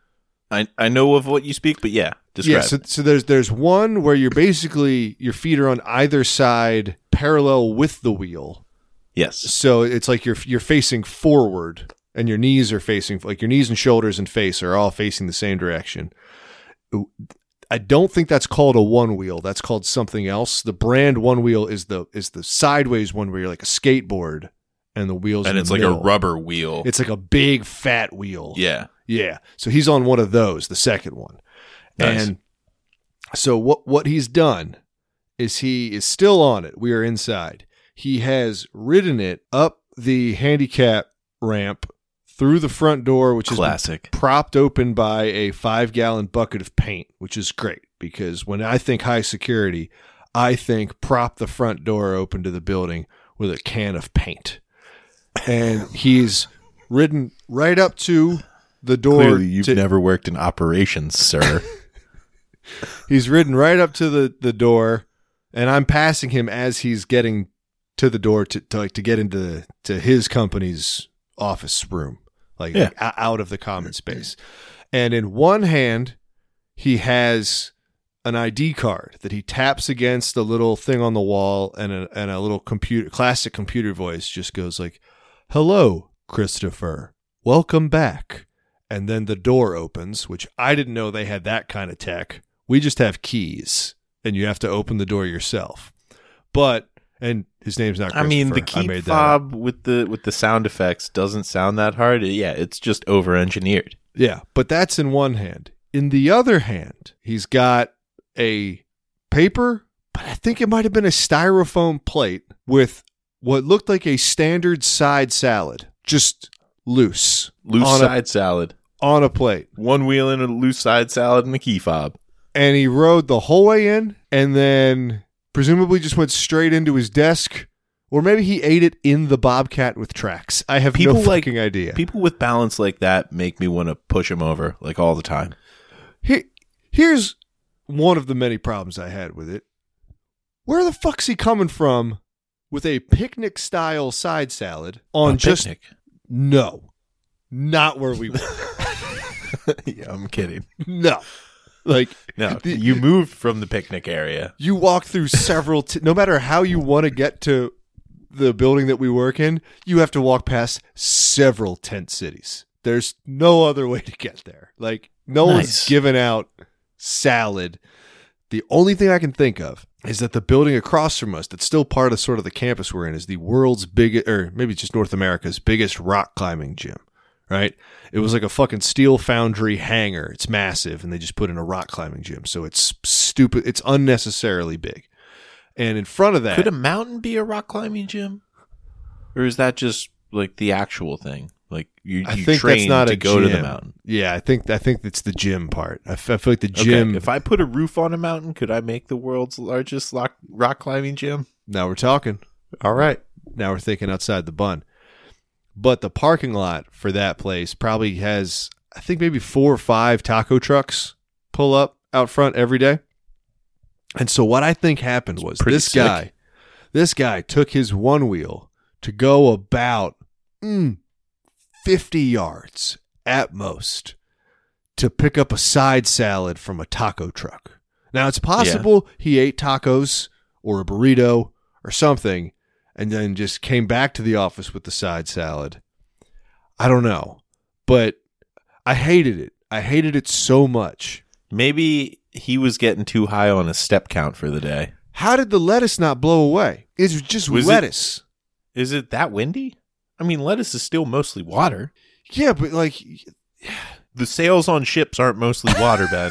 I, I know of what you speak, but yeah, describe.
yeah, so, so there's there's one where you're basically your feet are on either side parallel with the wheel.
yes.
So it's like you're you're facing forward and your knees are facing like your knees and shoulders and face are all facing the same direction. I don't think that's called a one wheel. That's called something else. The brand one wheel is the is the sideways one where you're like a skateboard and the wheels
And
in
it's
the
like a
middle.
rubber wheel.
It's like a big fat wheel.
yeah.
Yeah. So he's on one of those, the second one.
Nice.
And so what what he's done is he is still on it. We are inside. He has ridden it up the handicap ramp through the front door, which is
Classic.
propped open by a five gallon bucket of paint, which is great because when I think high security, I think prop the front door open to the building with a can of paint. And he's ridden right up to the door.
Clearly, you've
to-
never worked in operations, <laughs> sir.
he's ridden right up to the, the door, and I'm passing him as he's getting to the door to, to like to get into the, to his company's office room, like,
Yeah.
like, o- out of the common space. And in one hand, he has an ID card that he taps against the little thing on the wall, and a, and a little computer, classic computer voice just goes like, "Hello, Christopher. Welcome back." and then the door opens, which I didn't know they had that kind of tech. We just have keys, and you have to open the door yourself. But and his name's not.
I mean, the
Christopher. I
key
made that up.
fob with the with the sound effects doesn't sound that hard. Yeah, it's just over engineered.
Yeah, but that's in one hand. In the other hand, he's got a paper, but I think it might have been a styrofoam plate with what looked like a standard side salad, just loose
Loose
on a
side salad.
on a plate.
One wheel and a loose side salad and a key fob.
And he rode the whole way in and then presumably just went straight into his desk. Or maybe he ate it in the Bobcat with tracks. I have
People
no
like-
fucking idea.
People with balance like that make me want to push them over like all the time.
Here, here's one of the many problems I had with it. Where the fuck's he coming from with a picnic style side salad on
A
just <laughs>
picnic.
no, not where we were. <laughs>
yeah, I'm kidding.
no, like
No,
<laughs> The-
you moved from the picnic area.
you walk through several. T- no matter how you want to get to the building that we work in, you have to walk past several tent cities. There's no other way to get there. Like no one's
Nice.
giving out salad. The only thing I can think of is that the building across from us, that's still part of sort of the campus we're in, is the world's biggest, or maybe just North America's biggest rock climbing gym. Right? It was like a fucking steel foundry hangar. It's massive, and they just put in a rock climbing gym. So it's stupid. It's unnecessarily big. And in front of that,
Could a mountain be a rock climbing gym? Or is that just like the actual thing? Like you,
I
you
think
train
that's not
to
a
go to the
gym.
mountain.
Yeah, I think I think it's the gym part. I, f- I feel like the
Okay,
gym.
If I put a roof on a mountain, could I make the world's largest rock, rock climbing gym?
now we're talking.
All right.
Now we're thinking outside the bun. But the parking lot for that place probably has, I think, maybe four or five taco trucks pull up out front every day. And so what I think happened was
pretty
this
sick.
guy, this guy took his one wheel to go about mm, 50 yards at most to pick up a side salad from a taco truck. Now it's possible he ate tacos or a burrito or something and then just came back to the office with the side salad. I don't know, but I hated it. I hated it so much.
Maybe he was getting too high on a step count for the day.
How did the lettuce not blow away? It's just
Was it-
lettuce.
Is it that windy? I mean, lettuce is still mostly water.
Yeah, but
<sighs>
like <sighs>
The sails on ships aren't mostly water,
<laughs>
Ben.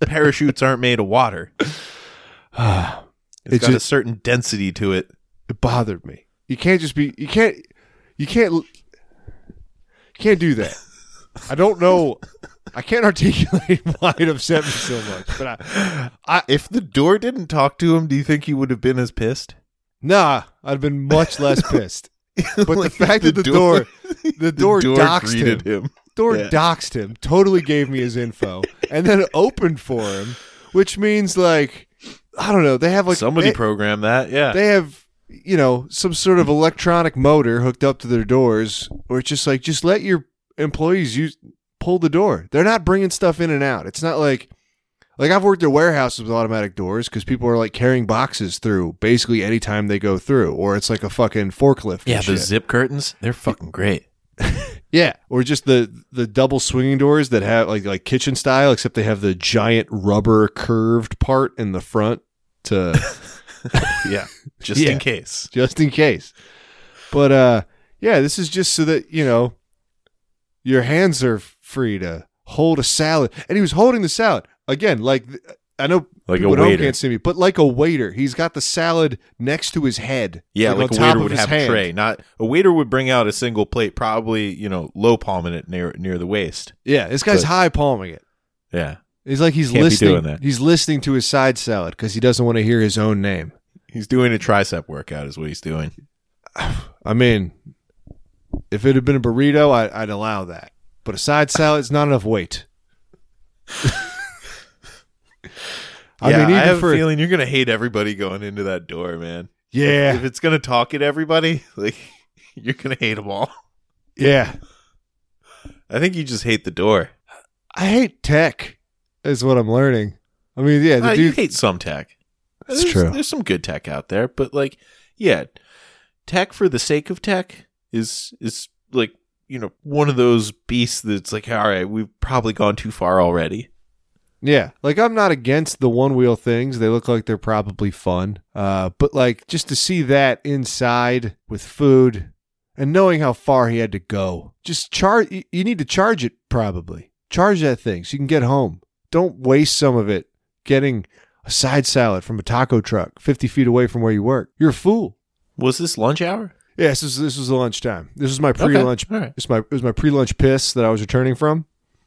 Parachutes aren't made of water. It's
It
got a
just-
certain density to it.
it bothered me. You can't just be you can't you can't you can't do
<laughs>
that. I don't know. I can't articulate <laughs> why it upset me so much, but I
if the door didn't talk to him, do you think he would have been as pissed? <laughs>
Nah, I'd have been much less pissed. But the fact that the door,
<laughs>
the door, doxed him,
him.
door
Yeah.
doxed him, totally gave me his info, and then opened for him, which means like, I don't know, they have like
Somebody
they,
programmed that,
<laughs>
yeah.
they have you know some sort of electronic motor hooked up to their doors, or it's just like just let your employees use pull the door. They're not bringing stuff in and out. It's not like like I've worked at warehouses with automatic doors because people are like carrying boxes through basically any time they go through, or it's like a fucking forklift. and
yeah, the
shit.
zip curtains, they're fucking great.
yeah, or just the the double swinging doors that have like like kitchen style, except they have the giant rubber curved part in the front
<laughs>
to
Yeah. Just
Yeah.
in case.
just in case. But uh yeah, this is just so that, you know, your hands are free to hold a salad. And he was holding the salad. Again, like th- I know
Like
people
a
at home
waiter.
can't see me, but like a waiter. He's got the salad next to his head.
Yeah,
on
like, a
top
waiter
of
would
his
have
hand.
a tray. Not a waiter would bring out a single plate, probably, you know, low palming it near near the waist.
Yeah, this guy's
But-
high palming it.
Yeah.
He's like he's
Can't be
listening.
doing that.
He's listening to his side salad because he doesn't want to hear his own name.
He's doing a tricep workout is what he's doing.
I mean, if it had been a burrito, I, I'd allow that. But a side salad's not enough weight. <laughs> I
yeah,
mean,
I
even
have
for
a feeling you're gonna hate everybody going into that door, man.
yeah,
If it's gonna talk at everybody, <laughs> like you're gonna hate them all.
yeah,
I think you just hate the door.
I hate tech. Is what I'm learning. I mean, yeah, the
Uh, you
dude.
hate some tech.
That's
there's,
true.
There's some good tech out there, but like, yeah, tech for the sake of tech is is like you know one of those beasts that's like, all right, we've probably gone too far already.
Yeah, like I'm not against the one wheel things. They look like they're probably fun. Uh, but like just to see that inside with food and knowing how far he had to go, just charge. You need to charge it probably. Charge that thing so you can get home. Don't waste some of it getting a side salad from a taco truck 50 feet away from where you work. You're a fool.
Was this lunch hour?
Yeah, this was this was the lunchtime. This was my pre-lunch.
all right.
It's my it was my pre-lunch piss that I was returning from.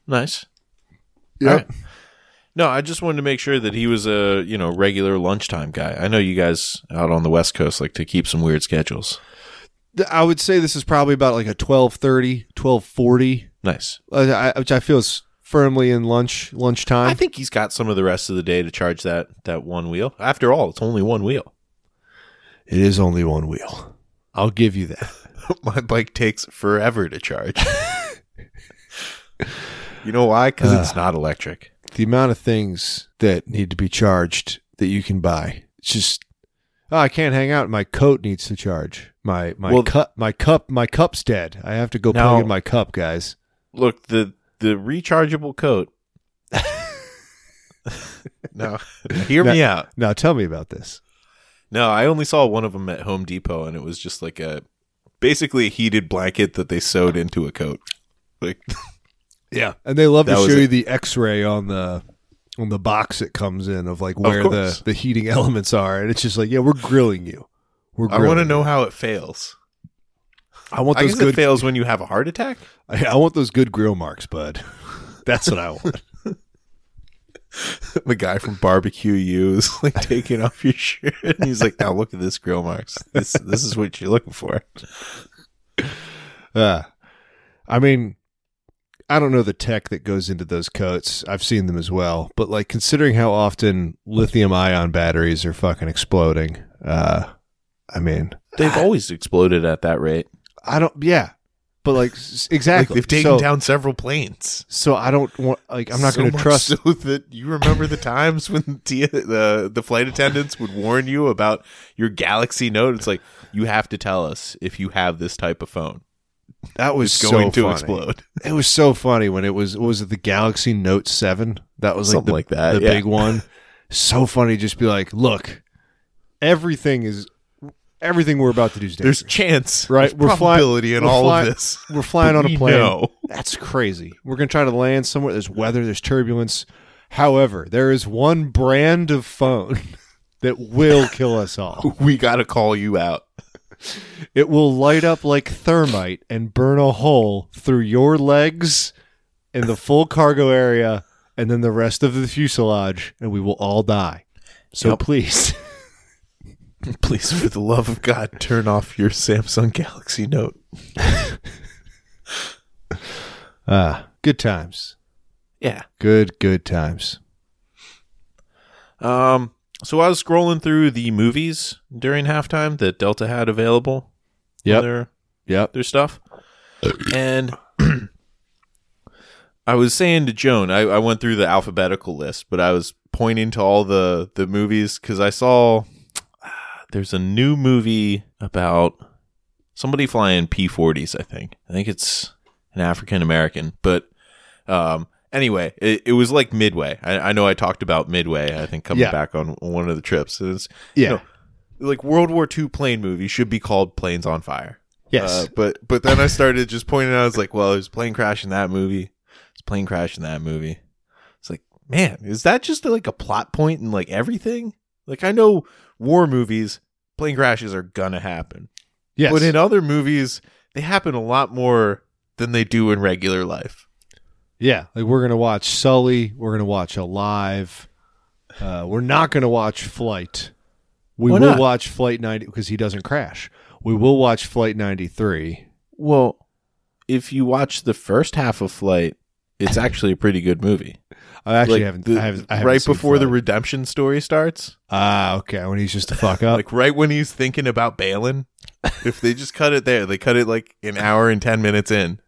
Nice.
Yep.
All right. No, I just wanted to make sure that he was a you know regular lunchtime guy. I know you guys out on the West Coast like to keep some weird schedules.
Th- I would say this is probably about like a 1230, 1240,
Nice.
uh, I- which I feel is firmly in lunch lunchtime.
I think he's got some of the rest of the day to charge that that one wheel. After all, it's only one wheel.
it is only one wheel. I'll give you that.
<laughs> My bike takes forever to charge. you know why? Because it's not electric.
The amount of things that need to be charged that you can buy. It's just oh, I can't hang out. My coat needs to charge. My my
Well-
cup my cup my cup's dead. I have to go
Now-
plug in my cup, guys.
Look, the the rechargeable
<laughs>
coat. no, hear me out.
Now tell me about this.
No, I only saw one of them at Home Depot, and it was just like a basically a heated blanket that they sewed into a coat. Like,
Yeah, and they love
That
to
was
show
it.
you the X-ray on the on the box it comes in of like where
course.
the the heating <laughs> elements are, and it's just like, yeah, we're grilling you. We're
I
grilling
want to
you.
know how it fails.
I want
I
those
guess it
good.
fails when you have a heart attack.
<laughs> I, I want those good grill marks, bud. <laughs> That's what I
<laughs>
want.
the guy from Barbecue U is <laughs> like taking off your shirt, and he's like, "Now look at this grill marks. This this is what you're looking for."
uh, I mean, I don't know the tech that goes into those coats. I've seen them as well, but like considering how often lithium-ion batteries are fucking exploding, uh, I mean,
They've always exploded at that rate.
I don't. Yeah, but like s-
Like
exactly.
they've taken
So-
down several planes.
So I don't want like I'm not
So
going to
much
trust.
So <laughs> that you remember the times when the, the the flight attendants would warn you about your Galaxy Note. It's like you have to tell us if you have this type of phone.
That was
It's going
so
to
funny.
explode.
It was so funny when it was what was it the Galaxy Note Seven? That was like
Something
the,
like that,
the
yeah.
big one. So funny, just be like, look, everything is everything we're about to do is dangerous.
There's chance,
Right,
There's
we're flying-
probability in
we're
all
flying-
of this. <laughs>
We're flying
But
on a
we
plane.
know.
That's crazy. We're gonna try to land somewhere. There's weather. There's turbulence. However, there is one brand of phone <laughs> that will kill us all.
We got to call you out.
It will light up like thermite and burn a hole through your legs and the full cargo area and then the rest of the fuselage, and we will all die. So
Yep.
please.
Please, for the love of God, turn off your Samsung Galaxy Note.
<laughs> Ah, good times.
Yeah.
Good, good times.
Um. So I was scrolling through the movies during halftime that Delta had available.
Yep.
Their,
Yep.
their stuff. and I was saying to Joan, I, I went through the alphabetical list, but I was pointing to all the the movies because I saw <sighs> there's a new movie about somebody flying P40s. I think I think it's an African American, but um, anyway, it, it was like Midway. I, I know I talked about Midway. I think coming
Yeah.
back on one of the trips, and it's
Yeah.
No. like World War II plane movie should be called Planes on Fire.
Yes.
Uh, but but then I started just pointing out, I was like, well, there's a plane crash in that movie. There's a plane crash in that movie. It's like, man, is that just like a plot point in like everything? Like I know war movies, plane crashes are gonna happen.
yes.
But in other movies, they happen a lot more than they do in regular life.
yeah. Like we're gonna watch Sully. We're gonna watch Alive. Uh, we're not gonna watch Flight. We
Why
will
not?
watch Flight 90 because he doesn't crash. We will watch Flight 93.
Well, if you watch the first half of Flight, it's actually a pretty good movie.
I actually
Like,
haven't,
the-
I haven't. I haven't
right
seen
before the
Flight.
redemption story starts.
Ah, okay. When he's just a
<laughs>
fuck up.
like right when he's thinking about bailing. if they just cut it there, they cut it like an hour and ten minutes in.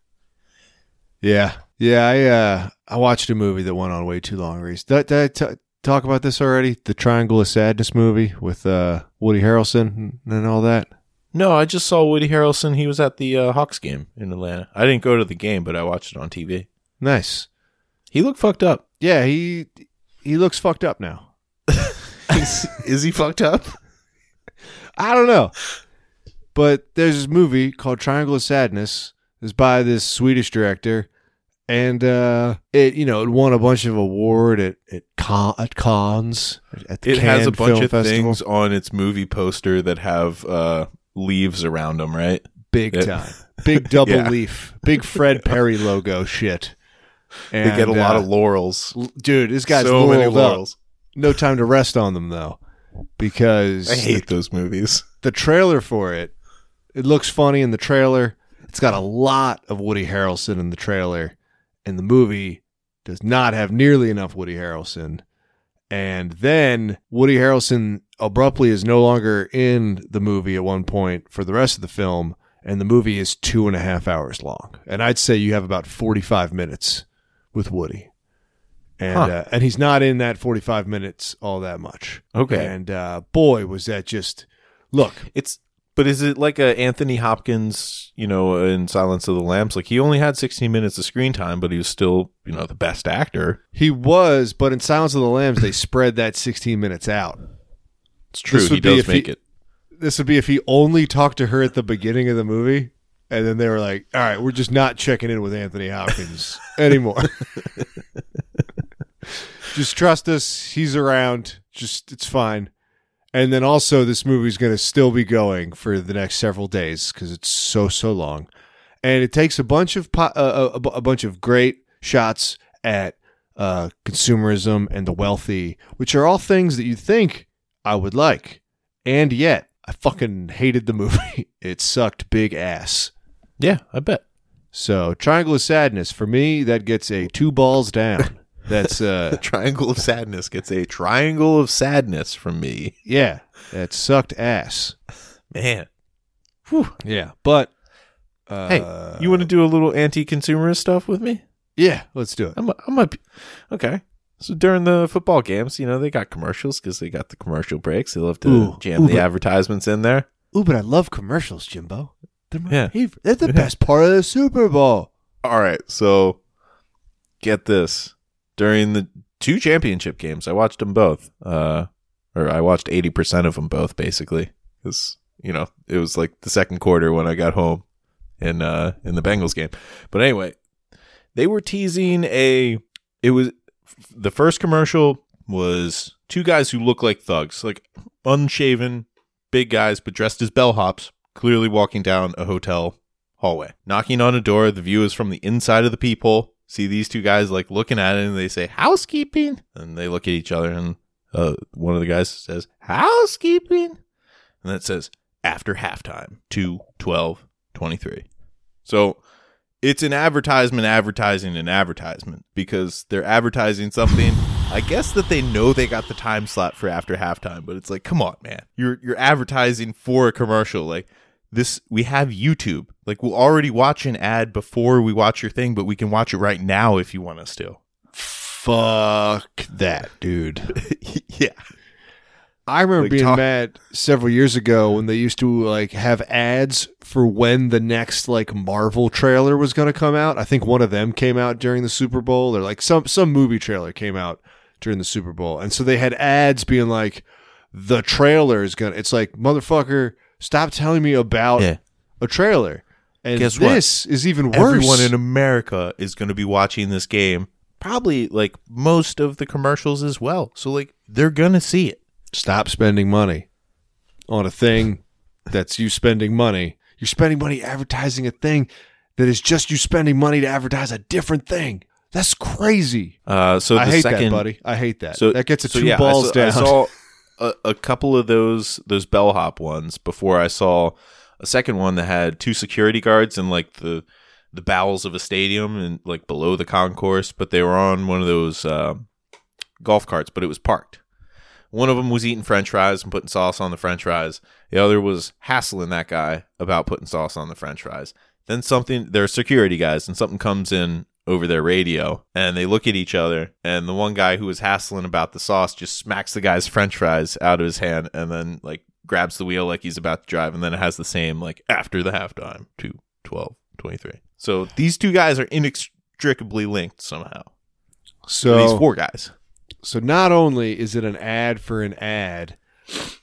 yeah, yeah. I uh, I watched a movie that went on way too long. Reese, did, did I t- talk about this already? The Triangle of Sadness movie with uh, Woody Harrelson and all that.
No, I just saw Woody Harrelson. He was at the uh, Hawks game in Atlanta. I didn't go to the game, but I watched it on TV.
Nice.
He looked fucked up.
Yeah, he he looks fucked up now.
<laughs> is he fucked up?
I don't know, but there's this movie called Triangle of Sadness. It's by this Swedish director, and uh, it you know it won a bunch of award at at, con- at cons at the
It has a
Cannes
bunch
Film
of
Festival.
things on its movie poster that have uh, leaves around them, right?
big
Yeah.
time,
<laughs>
big double
Yeah.
leaf, big Fred Perry logo shit. And,
they get a lot
uh,
of laurels.
l- dude. This guy's
so many
laureled up.
laurels.
No time to rest on them though, because
I hate those movies.
the trailer for it. It looks funny in the trailer. It's got a lot of Woody Harrelson in the trailer, and the movie does not have nearly enough Woody Harrelson. And then Woody Harrelson abruptly is no longer in the movie at one point for the rest of the film, and the movie is two and a half hours long. And I'd say you have about 45 minutes with Woody. And,
Huh.
uh, and he's not in that 45 minutes all that much.
Okay.
And uh, boy, was that just look.
It's but is it like a Anthony Hopkins, you know, in Silence of the Lambs? Like he only had 16 minutes of screen time, but he was still, you know, the best actor.
He was, but in Silence of the Lambs, they spread that 16 minutes out.
It's true.
This
He
would be
does
if he-
make it.
This would be if he only talked to her at the beginning of the movie, and then they were like, all right, we're just not checking in with Anthony Hopkins anymore. just trust us. He's around. Just, it's fine. And then also, this movie's going to still be going for the next several days because it's so, so long. And it takes a bunch of po- uh, a, a, a bunch of great shots at uh, consumerism and the wealthy, which are all things that you think I would like. And yet, I fucking hated the movie. <laughs> It sucked big ass.
Yeah, I bet.
So, Triangle of Sadness, for me, that gets a two balls down. That's, uh,
The Triangle of Sadness gets a Triangle of Sadness from me.
yeah, that sucked ass.
Man.
Yeah, but.
Hey, you want to do a little anti-consumerist stuff with me?
Yeah, let's do it.
I'm a, I'm a, okay. So during the football games, you know, they got commercials because they got the commercial breaks. They love to
Ooh,
jam
ooh,
the
but-
advertisements in there.
Ooh, but I love commercials, Jimbo. They're my
Yeah.
favorite. They're the best part of the Super Bowl.
All right, so get this. During the two championship games, I watched them both. Uh, or I watched 80% of them both, basically. Because, you know, it was like the second quarter when I got home in, uh, in the Bengals game. But anyway, they were teasing a. It was the first commercial was two guys who look like thugs, like unshaven, big guys, but dressed as bellhops, clearly walking down a hotel hallway. Knocking on a door, the view is from the inside of the peephole. See these two guys like looking at it and they say, Housekeeping. And they look at each other and uh, one of the guys says, Housekeeping. And then it says, After halftime, 2 12 23. So it's an advertisement, advertising, and advertisement because they're advertising something. I guess that they know they got the time slot for after halftime, but it's like, come on, man. You're you're advertising for a commercial. Like this we have YouTube. Like we'll already watch an ad before we watch your thing, but we can watch it right now if you want us to.
Fuck that, <laughs> dude.
<laughs> yeah.
I remember
Like,
being
talk-
mad several years ago when they used to like have ads for when the next like Marvel trailer was going to come out. I think one of them came out during the Super Bowl or like some some movie trailer came out during the Super Bowl. And so they had ads being like the trailer is going to it's like motherfucker, stop telling me about
Yeah.
a trailer. And
Guess what?
this is even worse.
Everyone in America is going to be watching this game. Probably like most of the commercials as well. So like they're going to see it.
stop spending money on a
<laughs>
thing that's you spending money. You're spending money advertising a thing that is just you spending money to advertise a different thing. That's crazy.
Uh so
I
the
hate that,
second
buddy. I hate that.
So
that gets a
so
two
yeah, I
balls
saw-
down. <laughs>
I saw a, a couple of those those bellhop ones before I saw a second one that had two security guards in like the the bowels of a stadium and like below the concourse, but they were on one of those uh, golf carts, but it was parked. One of them was eating French fries and putting sauce on the French fries. The other was hassling that guy about putting sauce on the French fries. Then something, they're security guys, and something comes in over their radio, and they look at each other, and the one guy who was hassling about the sauce just smacks the guy's French fries out of his hand, and then like grabs the wheel like he's about to drive, and then it has the same like after the halftime, 2, 12, 23. So these two guys are inextricably linked somehow.
so
these four guys.
So not only is it an ad for an ad,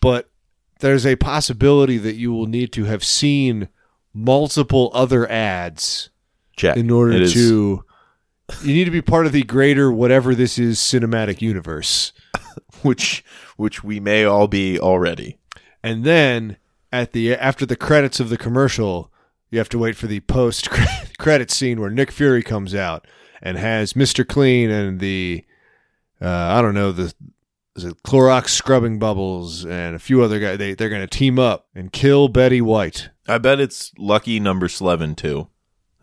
but there's a possibility that you will need to have seen multiple other ads
Check.
in order
It is-
to you need to be part of the greater whatever this is cinematic universe
<laughs> which which we may all be already.
and then at the after the credits of the commercial, you have to wait for the post <laughs> credit scene where Nick Fury comes out and has Mister Clean and the uh, I don't know the is it Clorox scrubbing bubbles and a few other guys. They they're gonna team up and kill Betty White.
I bet it's lucky number 11 too,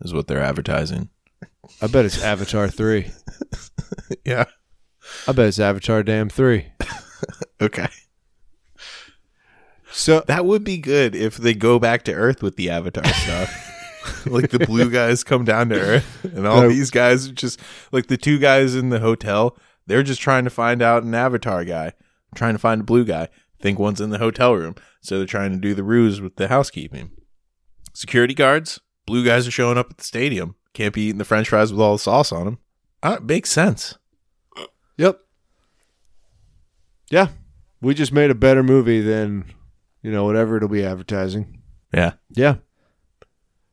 is what they're advertising.
I bet it's Avatar three.
Yeah.
I bet it's Avatar Damn three.
Okay.
So
That would be good if they go back to Earth with the Avatar
<laughs>
stuff. like the blue guys come down to Earth, and all
That-
these guys are just like the two guys in the hotel. They're just trying to find out an Avatar guy, trying to find a blue guy. Think one's in the hotel room, so they're trying to do the ruse with the housekeeping. Security guards, blue guys are showing up at the stadium. Can't be eating the French fries with all the sauce on them. Ah, makes sense.
Yep. Yeah. We just made a better movie than, you know, whatever it'll be advertising.
Yeah,
Yeah.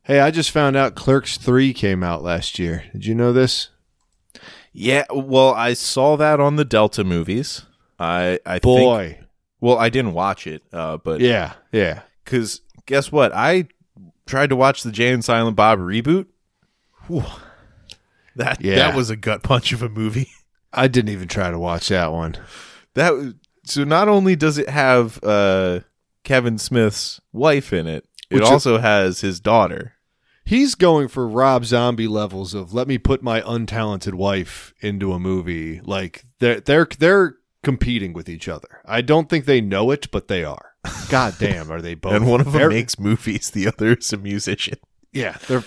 Hey, I just found out Clerks 3 came out last year. Did you know this?
yeah. Well, I saw that on the Delta movies. I, I think
Boy.
Well, I didn't watch it, uh, but
Yeah. Yeah.
because guess what? I tried to watch the Jay and Silent Bob reboot. Whew. That
Yeah.
that was a gut punch of a movie. <laughs>
I didn't even try to watch that one.
That was- so not only does it have uh, Kevin Smith's wife in it,
Which
it
is-
also has his daughter.
He's going for Rob Zombie levels of let me put my untalented wife into a movie. Like they're they're they're competing with each other. I don't think they know it, but they are. God damn, are they both?
<laughs> and one of them
very-
makes movies, the other is a musician.
Yeah, they're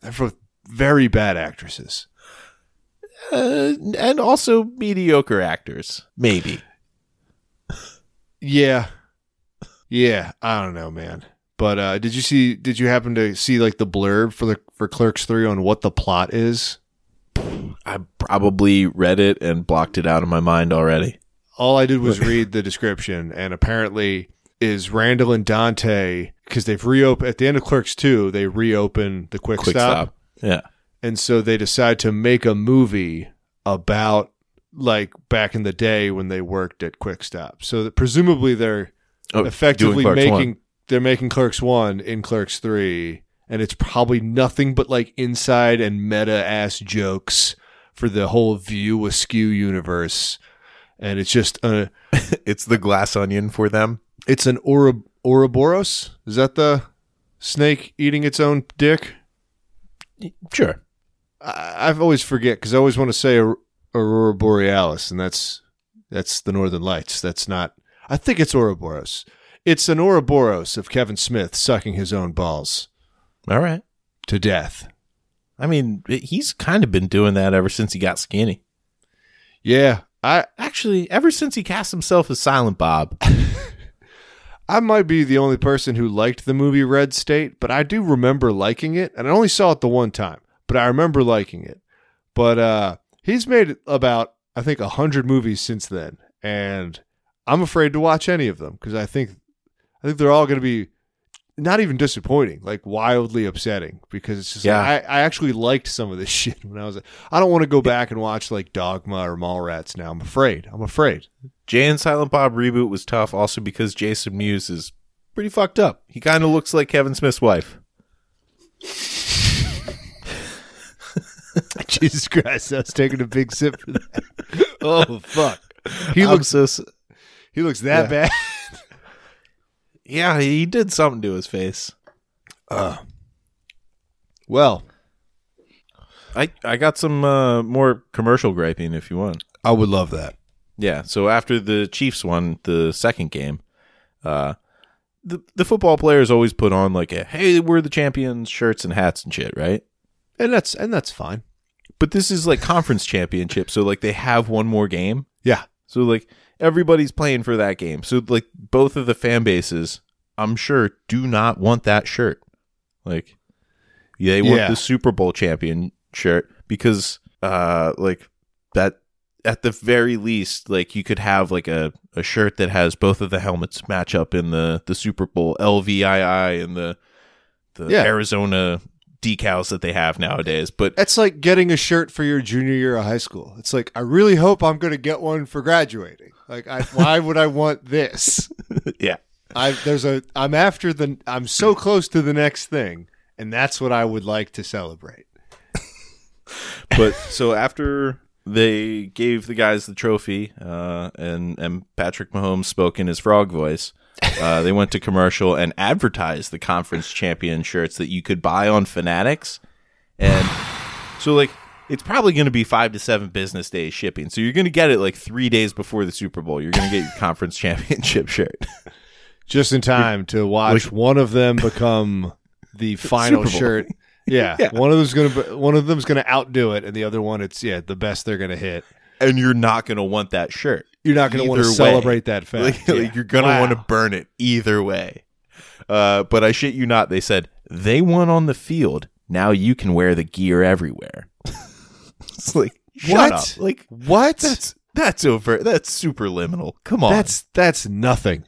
they're both very bad actresses.
Uh, and also mediocre actors, maybe.
Yeah, yeah. I don't know, man. But uh, did you see? Did you happen to see like the blurb for the for Clerks Three on what the plot is?
I probably read it and blocked it out of my mind already.
All I did was read the description, and apparently is Randall and Dante because they've reopened at the end of Clerks Two. They reopen the quick,
Quick
stop.
stop. Yeah.
and so they decide to make a movie about like back in the day when they worked at Quick Stop. So that presumably they're
Oh,
effectively
doing Clerks
making
one.
they're making Clerks One in Clerks Three, and it's probably nothing but like inside and meta ass jokes for the whole View Askew universe, and it's just a
<laughs> it's the glass onion for them.
it's an Ouro- Ouroboros. Is that the snake eating its own dick?
Sure.
I, I've always forget because I always want to say Aur- Aurora Borealis, and that's that's the Northern Lights. That's not. I think it's Ouroboros. It's an Ouroboros of Kevin Smith sucking his own balls
All right.
to death.
I mean, it- he's kind of been doing that ever since he got skinny.
Yeah, I
Actually, ever since he cast himself as Silent Bob.
I might be the only person who liked the movie Red State, but I do remember liking it, and I only saw it the one time, but I remember liking it. But uh, he's made about I think a hundred movies since then, and I'm afraid to watch any of them because I think I think they're all going to be not even disappointing, like wildly upsetting because it's just
Yeah.
like, I, I actually liked some of this <laughs> shit when I was. I don't want to go back and watch like Dogma or Mallrats now. I'm afraid. I'm afraid.
Jay and Silent Bob reboot was tough also because Jason Mewes is pretty fucked up. He kind of looks like Kevin Smith's wife.
<laughs> Jesus Christ, I was taking a big sip for that. oh
<laughs>
fuck. <laughs> He
I'm
looks
so s-
he looks that
Yeah.
bad.
Yeah, he did something to his face.
<laughs> Well,
I I got some uh, more commercial griping if you want.
I would love that.
Yeah. So after the Chiefs won the second game, uh, the the football players always put on like a "Hey, we're the champions" shirts and hats and shit, right?
And that's and that's fine.
But this is like conference championship, so like they have one more game.
Yeah.
So like everybody's playing for that game. So like both of the fan bases, I'm sure, do not want that shirt. Like they want
Yeah.
the Super Bowl champion shirt because uh like that at the very least, like you could have like a, a shirt that has both of the helmets match up in the, the Super Bowl LVII and the the
Yeah.
Arizona decals that they have nowadays. But
It's like getting a shirt for your junior year of high school. It's like I really <laughs> hope I'm going to get one for graduating. Like I, why would I want this?
yeah.
I there's a I'm after the I'm so close to the next thing, and that's what I would like to celebrate.
but so after they gave the guys the trophy, uh, and and Patrick Mahomes spoke in his frog voice, uh, they went to commercial and advertised the conference champion shirts that you could buy on Fanatics, and so like it's probably going to be five to seven business days shipping. So you're going to get it like three days before the Super Bowl. You're going to get your conference <laughs> championship shirt.
Just in time to watch one of them become the
<laughs>
final
Super Bowl.
shirt. Yeah,
Yeah.
one of them's gonna be- one of them's gonna outdo it, and the other one, it's yeah, the best they're gonna hit.
and you're not going to want that shirt.
You're not gonna want to
Either way.
celebrate that fact.
<laughs> Like,
Yeah.
like, you're gonna
Wow.
want to burn it either way. Uh, but I shit you not, they said they won on the field. Now you can wear the gear everywhere. <laughs> it's like shut
What?
up. Like
what? That's
that's that's over. That's superliminal. Come on.
that's, nothing.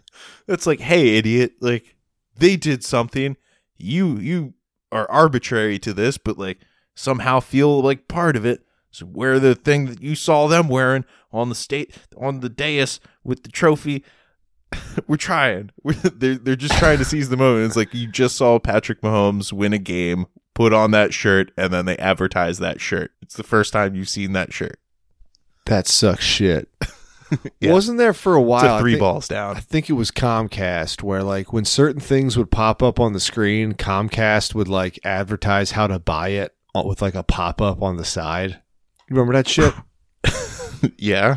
that's like hey idiot. Like they did something. You you are arbitrary to this, but like somehow feel like part of it. So wear the thing that you saw them wearing on the state on the dais with the trophy. <laughs> We're trying. <laughs> We're, they're they're just trying to seize the moment. It's like you just saw Patrick Mahomes win a game, put on that shirt, and then they advertise that shirt. It's the first time you've seen that shirt.
That sucks <laughs> shit.
Yeah.
Wasn't there for a
It's
while?
a
I
three
think-
balls
I
down. <laughs>
think it was Comcast where like when certain things would pop up on the screen, Comcast would like advertise how to buy it on- with like a pop up on the side. You remember that shit?
yeah.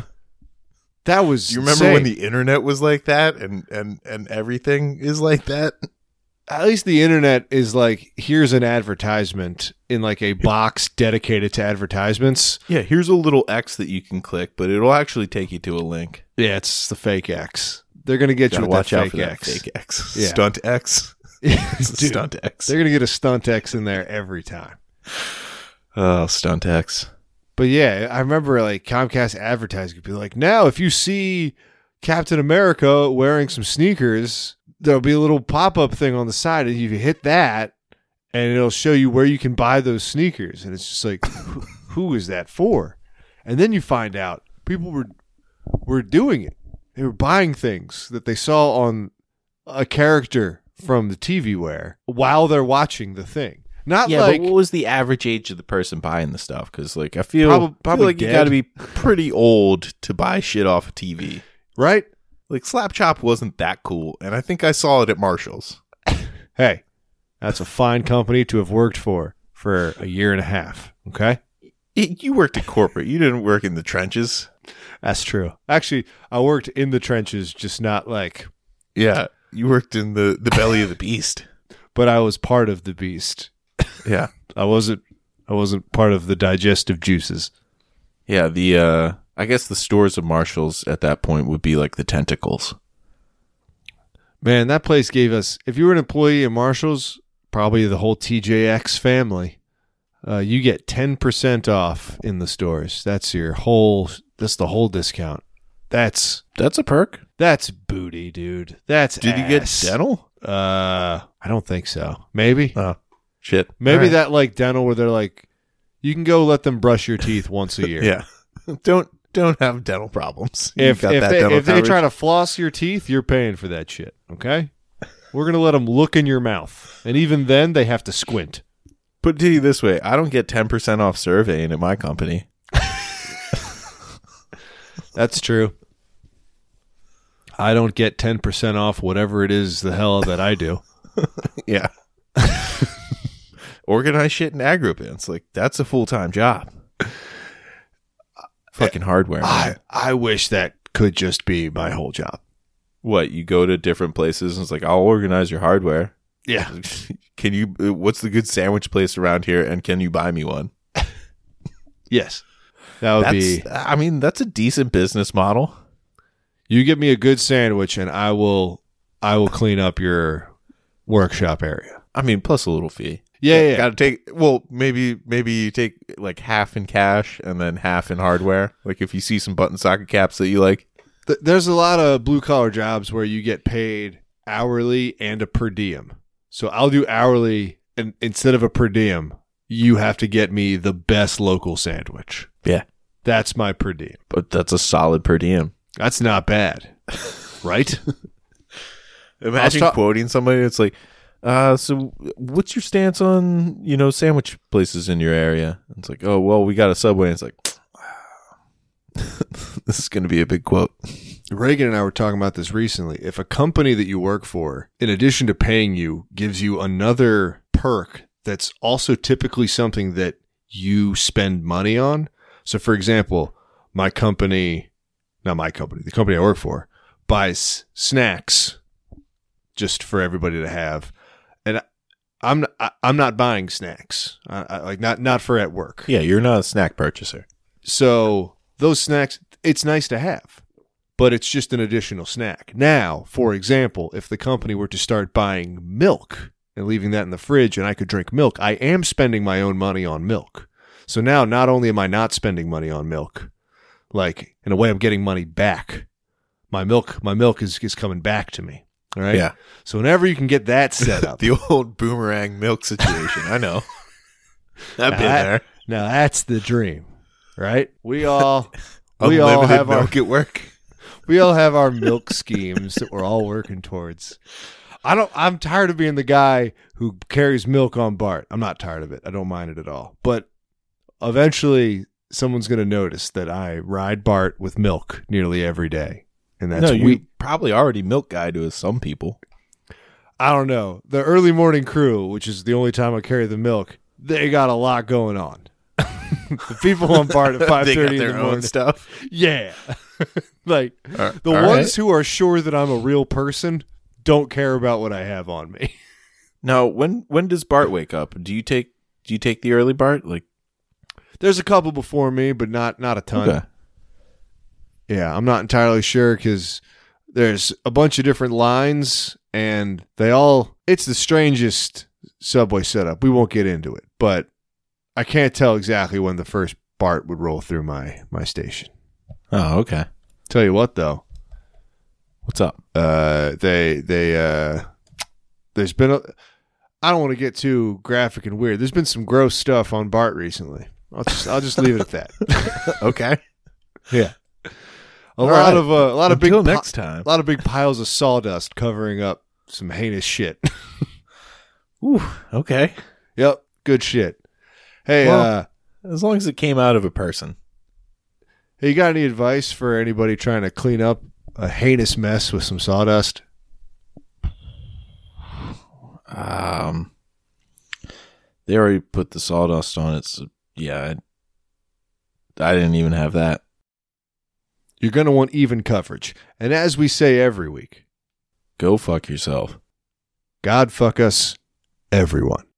That was
Do you remember when
insane.
the internet was like that and and and everything is like that?
at least the internet is like here's an advertisement in like a box dedicated to advertisements.
Yeah, here's a little X that you can click, but it'll actually take you to a link.
Yeah, it's the fake X. They're gonna get
Gotta
you with
watch
that
out
fake
for that
X. <laughs>
fake X.
Yeah.
Stunt <laughs> X. It's a
Dude,
stunt X.
They're gonna get a stunt X in there every time.
Oh, stunt X.
But yeah, I remember like Comcast advertising could be like, now if you see Captain America wearing some sneakers, there'll be a little pop up thing on the side, and if you hit that, and it'll show you where you can buy those sneakers. And it's just like, who who is that for? And then you find out people were were doing it. They were buying things that they saw on a character from the TV ware while they're watching the thing. Not
Yeah,
like
but what was the average age of the person buying the stuff? Because like I feel
Probab-
probably,
probably
like you
dead.
got to be pretty old to buy shit off of TV.
right.
Like Slap Chop wasn't that cool, and I think I saw it at Marshalls.
hey, that's a fine company to have worked for for a year and a half. Okay,
It, you worked at corporate. You didn't work in the trenches.
that's true. Actually, I worked in the trenches, just not like,
Yeah, you worked in the the belly of the beast.
but I was part of the beast.
Yeah.
I wasn't. I wasn't part of the digestive juices.
Yeah, the uh I guess the stores of Marshalls at that point would be like the tentacles.
Man, that place gave us. If you were an employee at Marshalls, probably the whole TJX family, uh, you get ten percent off in the stores. That's your whole. That's the whole discount. That's
That's a perk.
that's booty, dude. That's
Did you get
ass.
dental?
Uh, I don't think so. Maybe,
Oh, shit.
maybe
All right.
that like dental where they're like, you can go let them brush your teeth once <laughs> a year.
Yeah. <laughs> don't don't have dental problems. You
If
got
if
that
they,
dental
if they
coverage.
try to floss your teeth, you're paying for that shit. <laughs> Okay. We're gonna let them look in your mouth, and even then, they have to squint.
put it to you this way, I don't get 10% off surveying at my company.
That's true. I don't get ten percent off whatever it is the hell that I do.
Yeah. Organize shit in agro bins. Like that's a full-time job. <laughs> Fucking hardware. man.
I I wish that could just be my whole job.
What, you go to different places and it's like, "I'll organize your hardware."
Yeah.
<laughs> can you uh, what's the good sandwich place around here and can you buy me one
Yes. That would
that's
be
i mean that's a decent business model
you give me a good sandwich and i will i will clean up your workshop area
i mean plus a little fee
yeah yeah, yeah.
gotta take well maybe maybe you take like half in cash and then half in hardware like if you see some button socket caps that you like
Th- there's a lot of blue collar jobs where you get paid hourly and a per diem so i'll do hourly and instead of a per diem you have to get me the best local sandwich
Yeah.
that's my per diem <laughs>
but that's a solid per diem
that's not bad right
Imagine
ta-
quoting somebody that's like, uh, so what's your stance on, you know, sandwich places in your area? And it's like, oh, well, we got a subway. And it's like, <sighs> <laughs> this is going to be a big quote.
Reagan and I were talking about this recently. If a company that you work for, in addition to paying you, gives you another perk that's also typically something that you spend money on. So, for example, my company, not my company, the company I work for, buys snacks just for everybody to have. And I- I'm I- I'm not buying snacks, I, I, like not not for at work.
Yeah, you're not a snack purchaser.
So those snacks, it's nice to have, but it's just an additional snack. Now, for example, if the company were to start buying milk and leaving that in the fridge and I could drink milk, I am spending my own money on milk. So now not only am I not spending money on milk, like in a way I'm getting money back. My milk, my milk is, is coming back to me. All right.
Yeah.
So whenever you can get that set up,
<laughs> The old boomerang milk situation. I know. <laughs> I've been
I-
there.
now that's the dream, right?
<laughs>
We all, we all
Unlimited
have our
milk at work.
<laughs> we all have our milk schemes that we're all working towards. I don't I'm tired of being the guy who carries milk on Bart. I'm not tired of it. I don't mind it at all. But eventually someone's going to notice that I ride Bart with milk nearly every day. And that's
no, you
we
probably already milk guy to some <laughs> people.
I don't know. The early morning crew, which is the only time I carry the milk, they got a lot going on. <laughs> the people on
<laughs>
Bart at 5:30 in the morning.
stuff. <laughs>
Yeah. <laughs> like The
All right.
ones who are sure that I'm a real person don't care about what I have on me. <laughs>
Now, when when does Bart wake up? Do you take do you take the early Bart? Like
There's a couple before me, but not not a ton.
okay.
Yeah, I'm not entirely sure because there's a bunch of different lines, and they all it's the strangest subway setup. We won't get into it, but I can't tell exactly when the first BART would roll through my my station.
Oh, okay.
Tell you what, though,
What's up?
uh, they they uh, there's been a I don't want to get too graphic and weird. There's been some gross stuff on Bart recently. I'll just I'll just leave it at
<laughs>
that.
<laughs> okay.
yeah, a
All
lot
right.
of uh, a lot of big
Until
pi-
next time.
a lot of big piles of sawdust covering up some heinous shit. <laughs>
Ooh, okay.
yep, good shit. Hey,
Well-
uh,
As long as it came out of a person.
hey, you got any advice for anybody trying to clean up a heinous mess with some sawdust?
Um, they already put the sawdust on it. So yeah, I, I didn't even have that.
You're gonna want even coverage, and as we say every week,
Go fuck yourself.
God fuck us, everyone.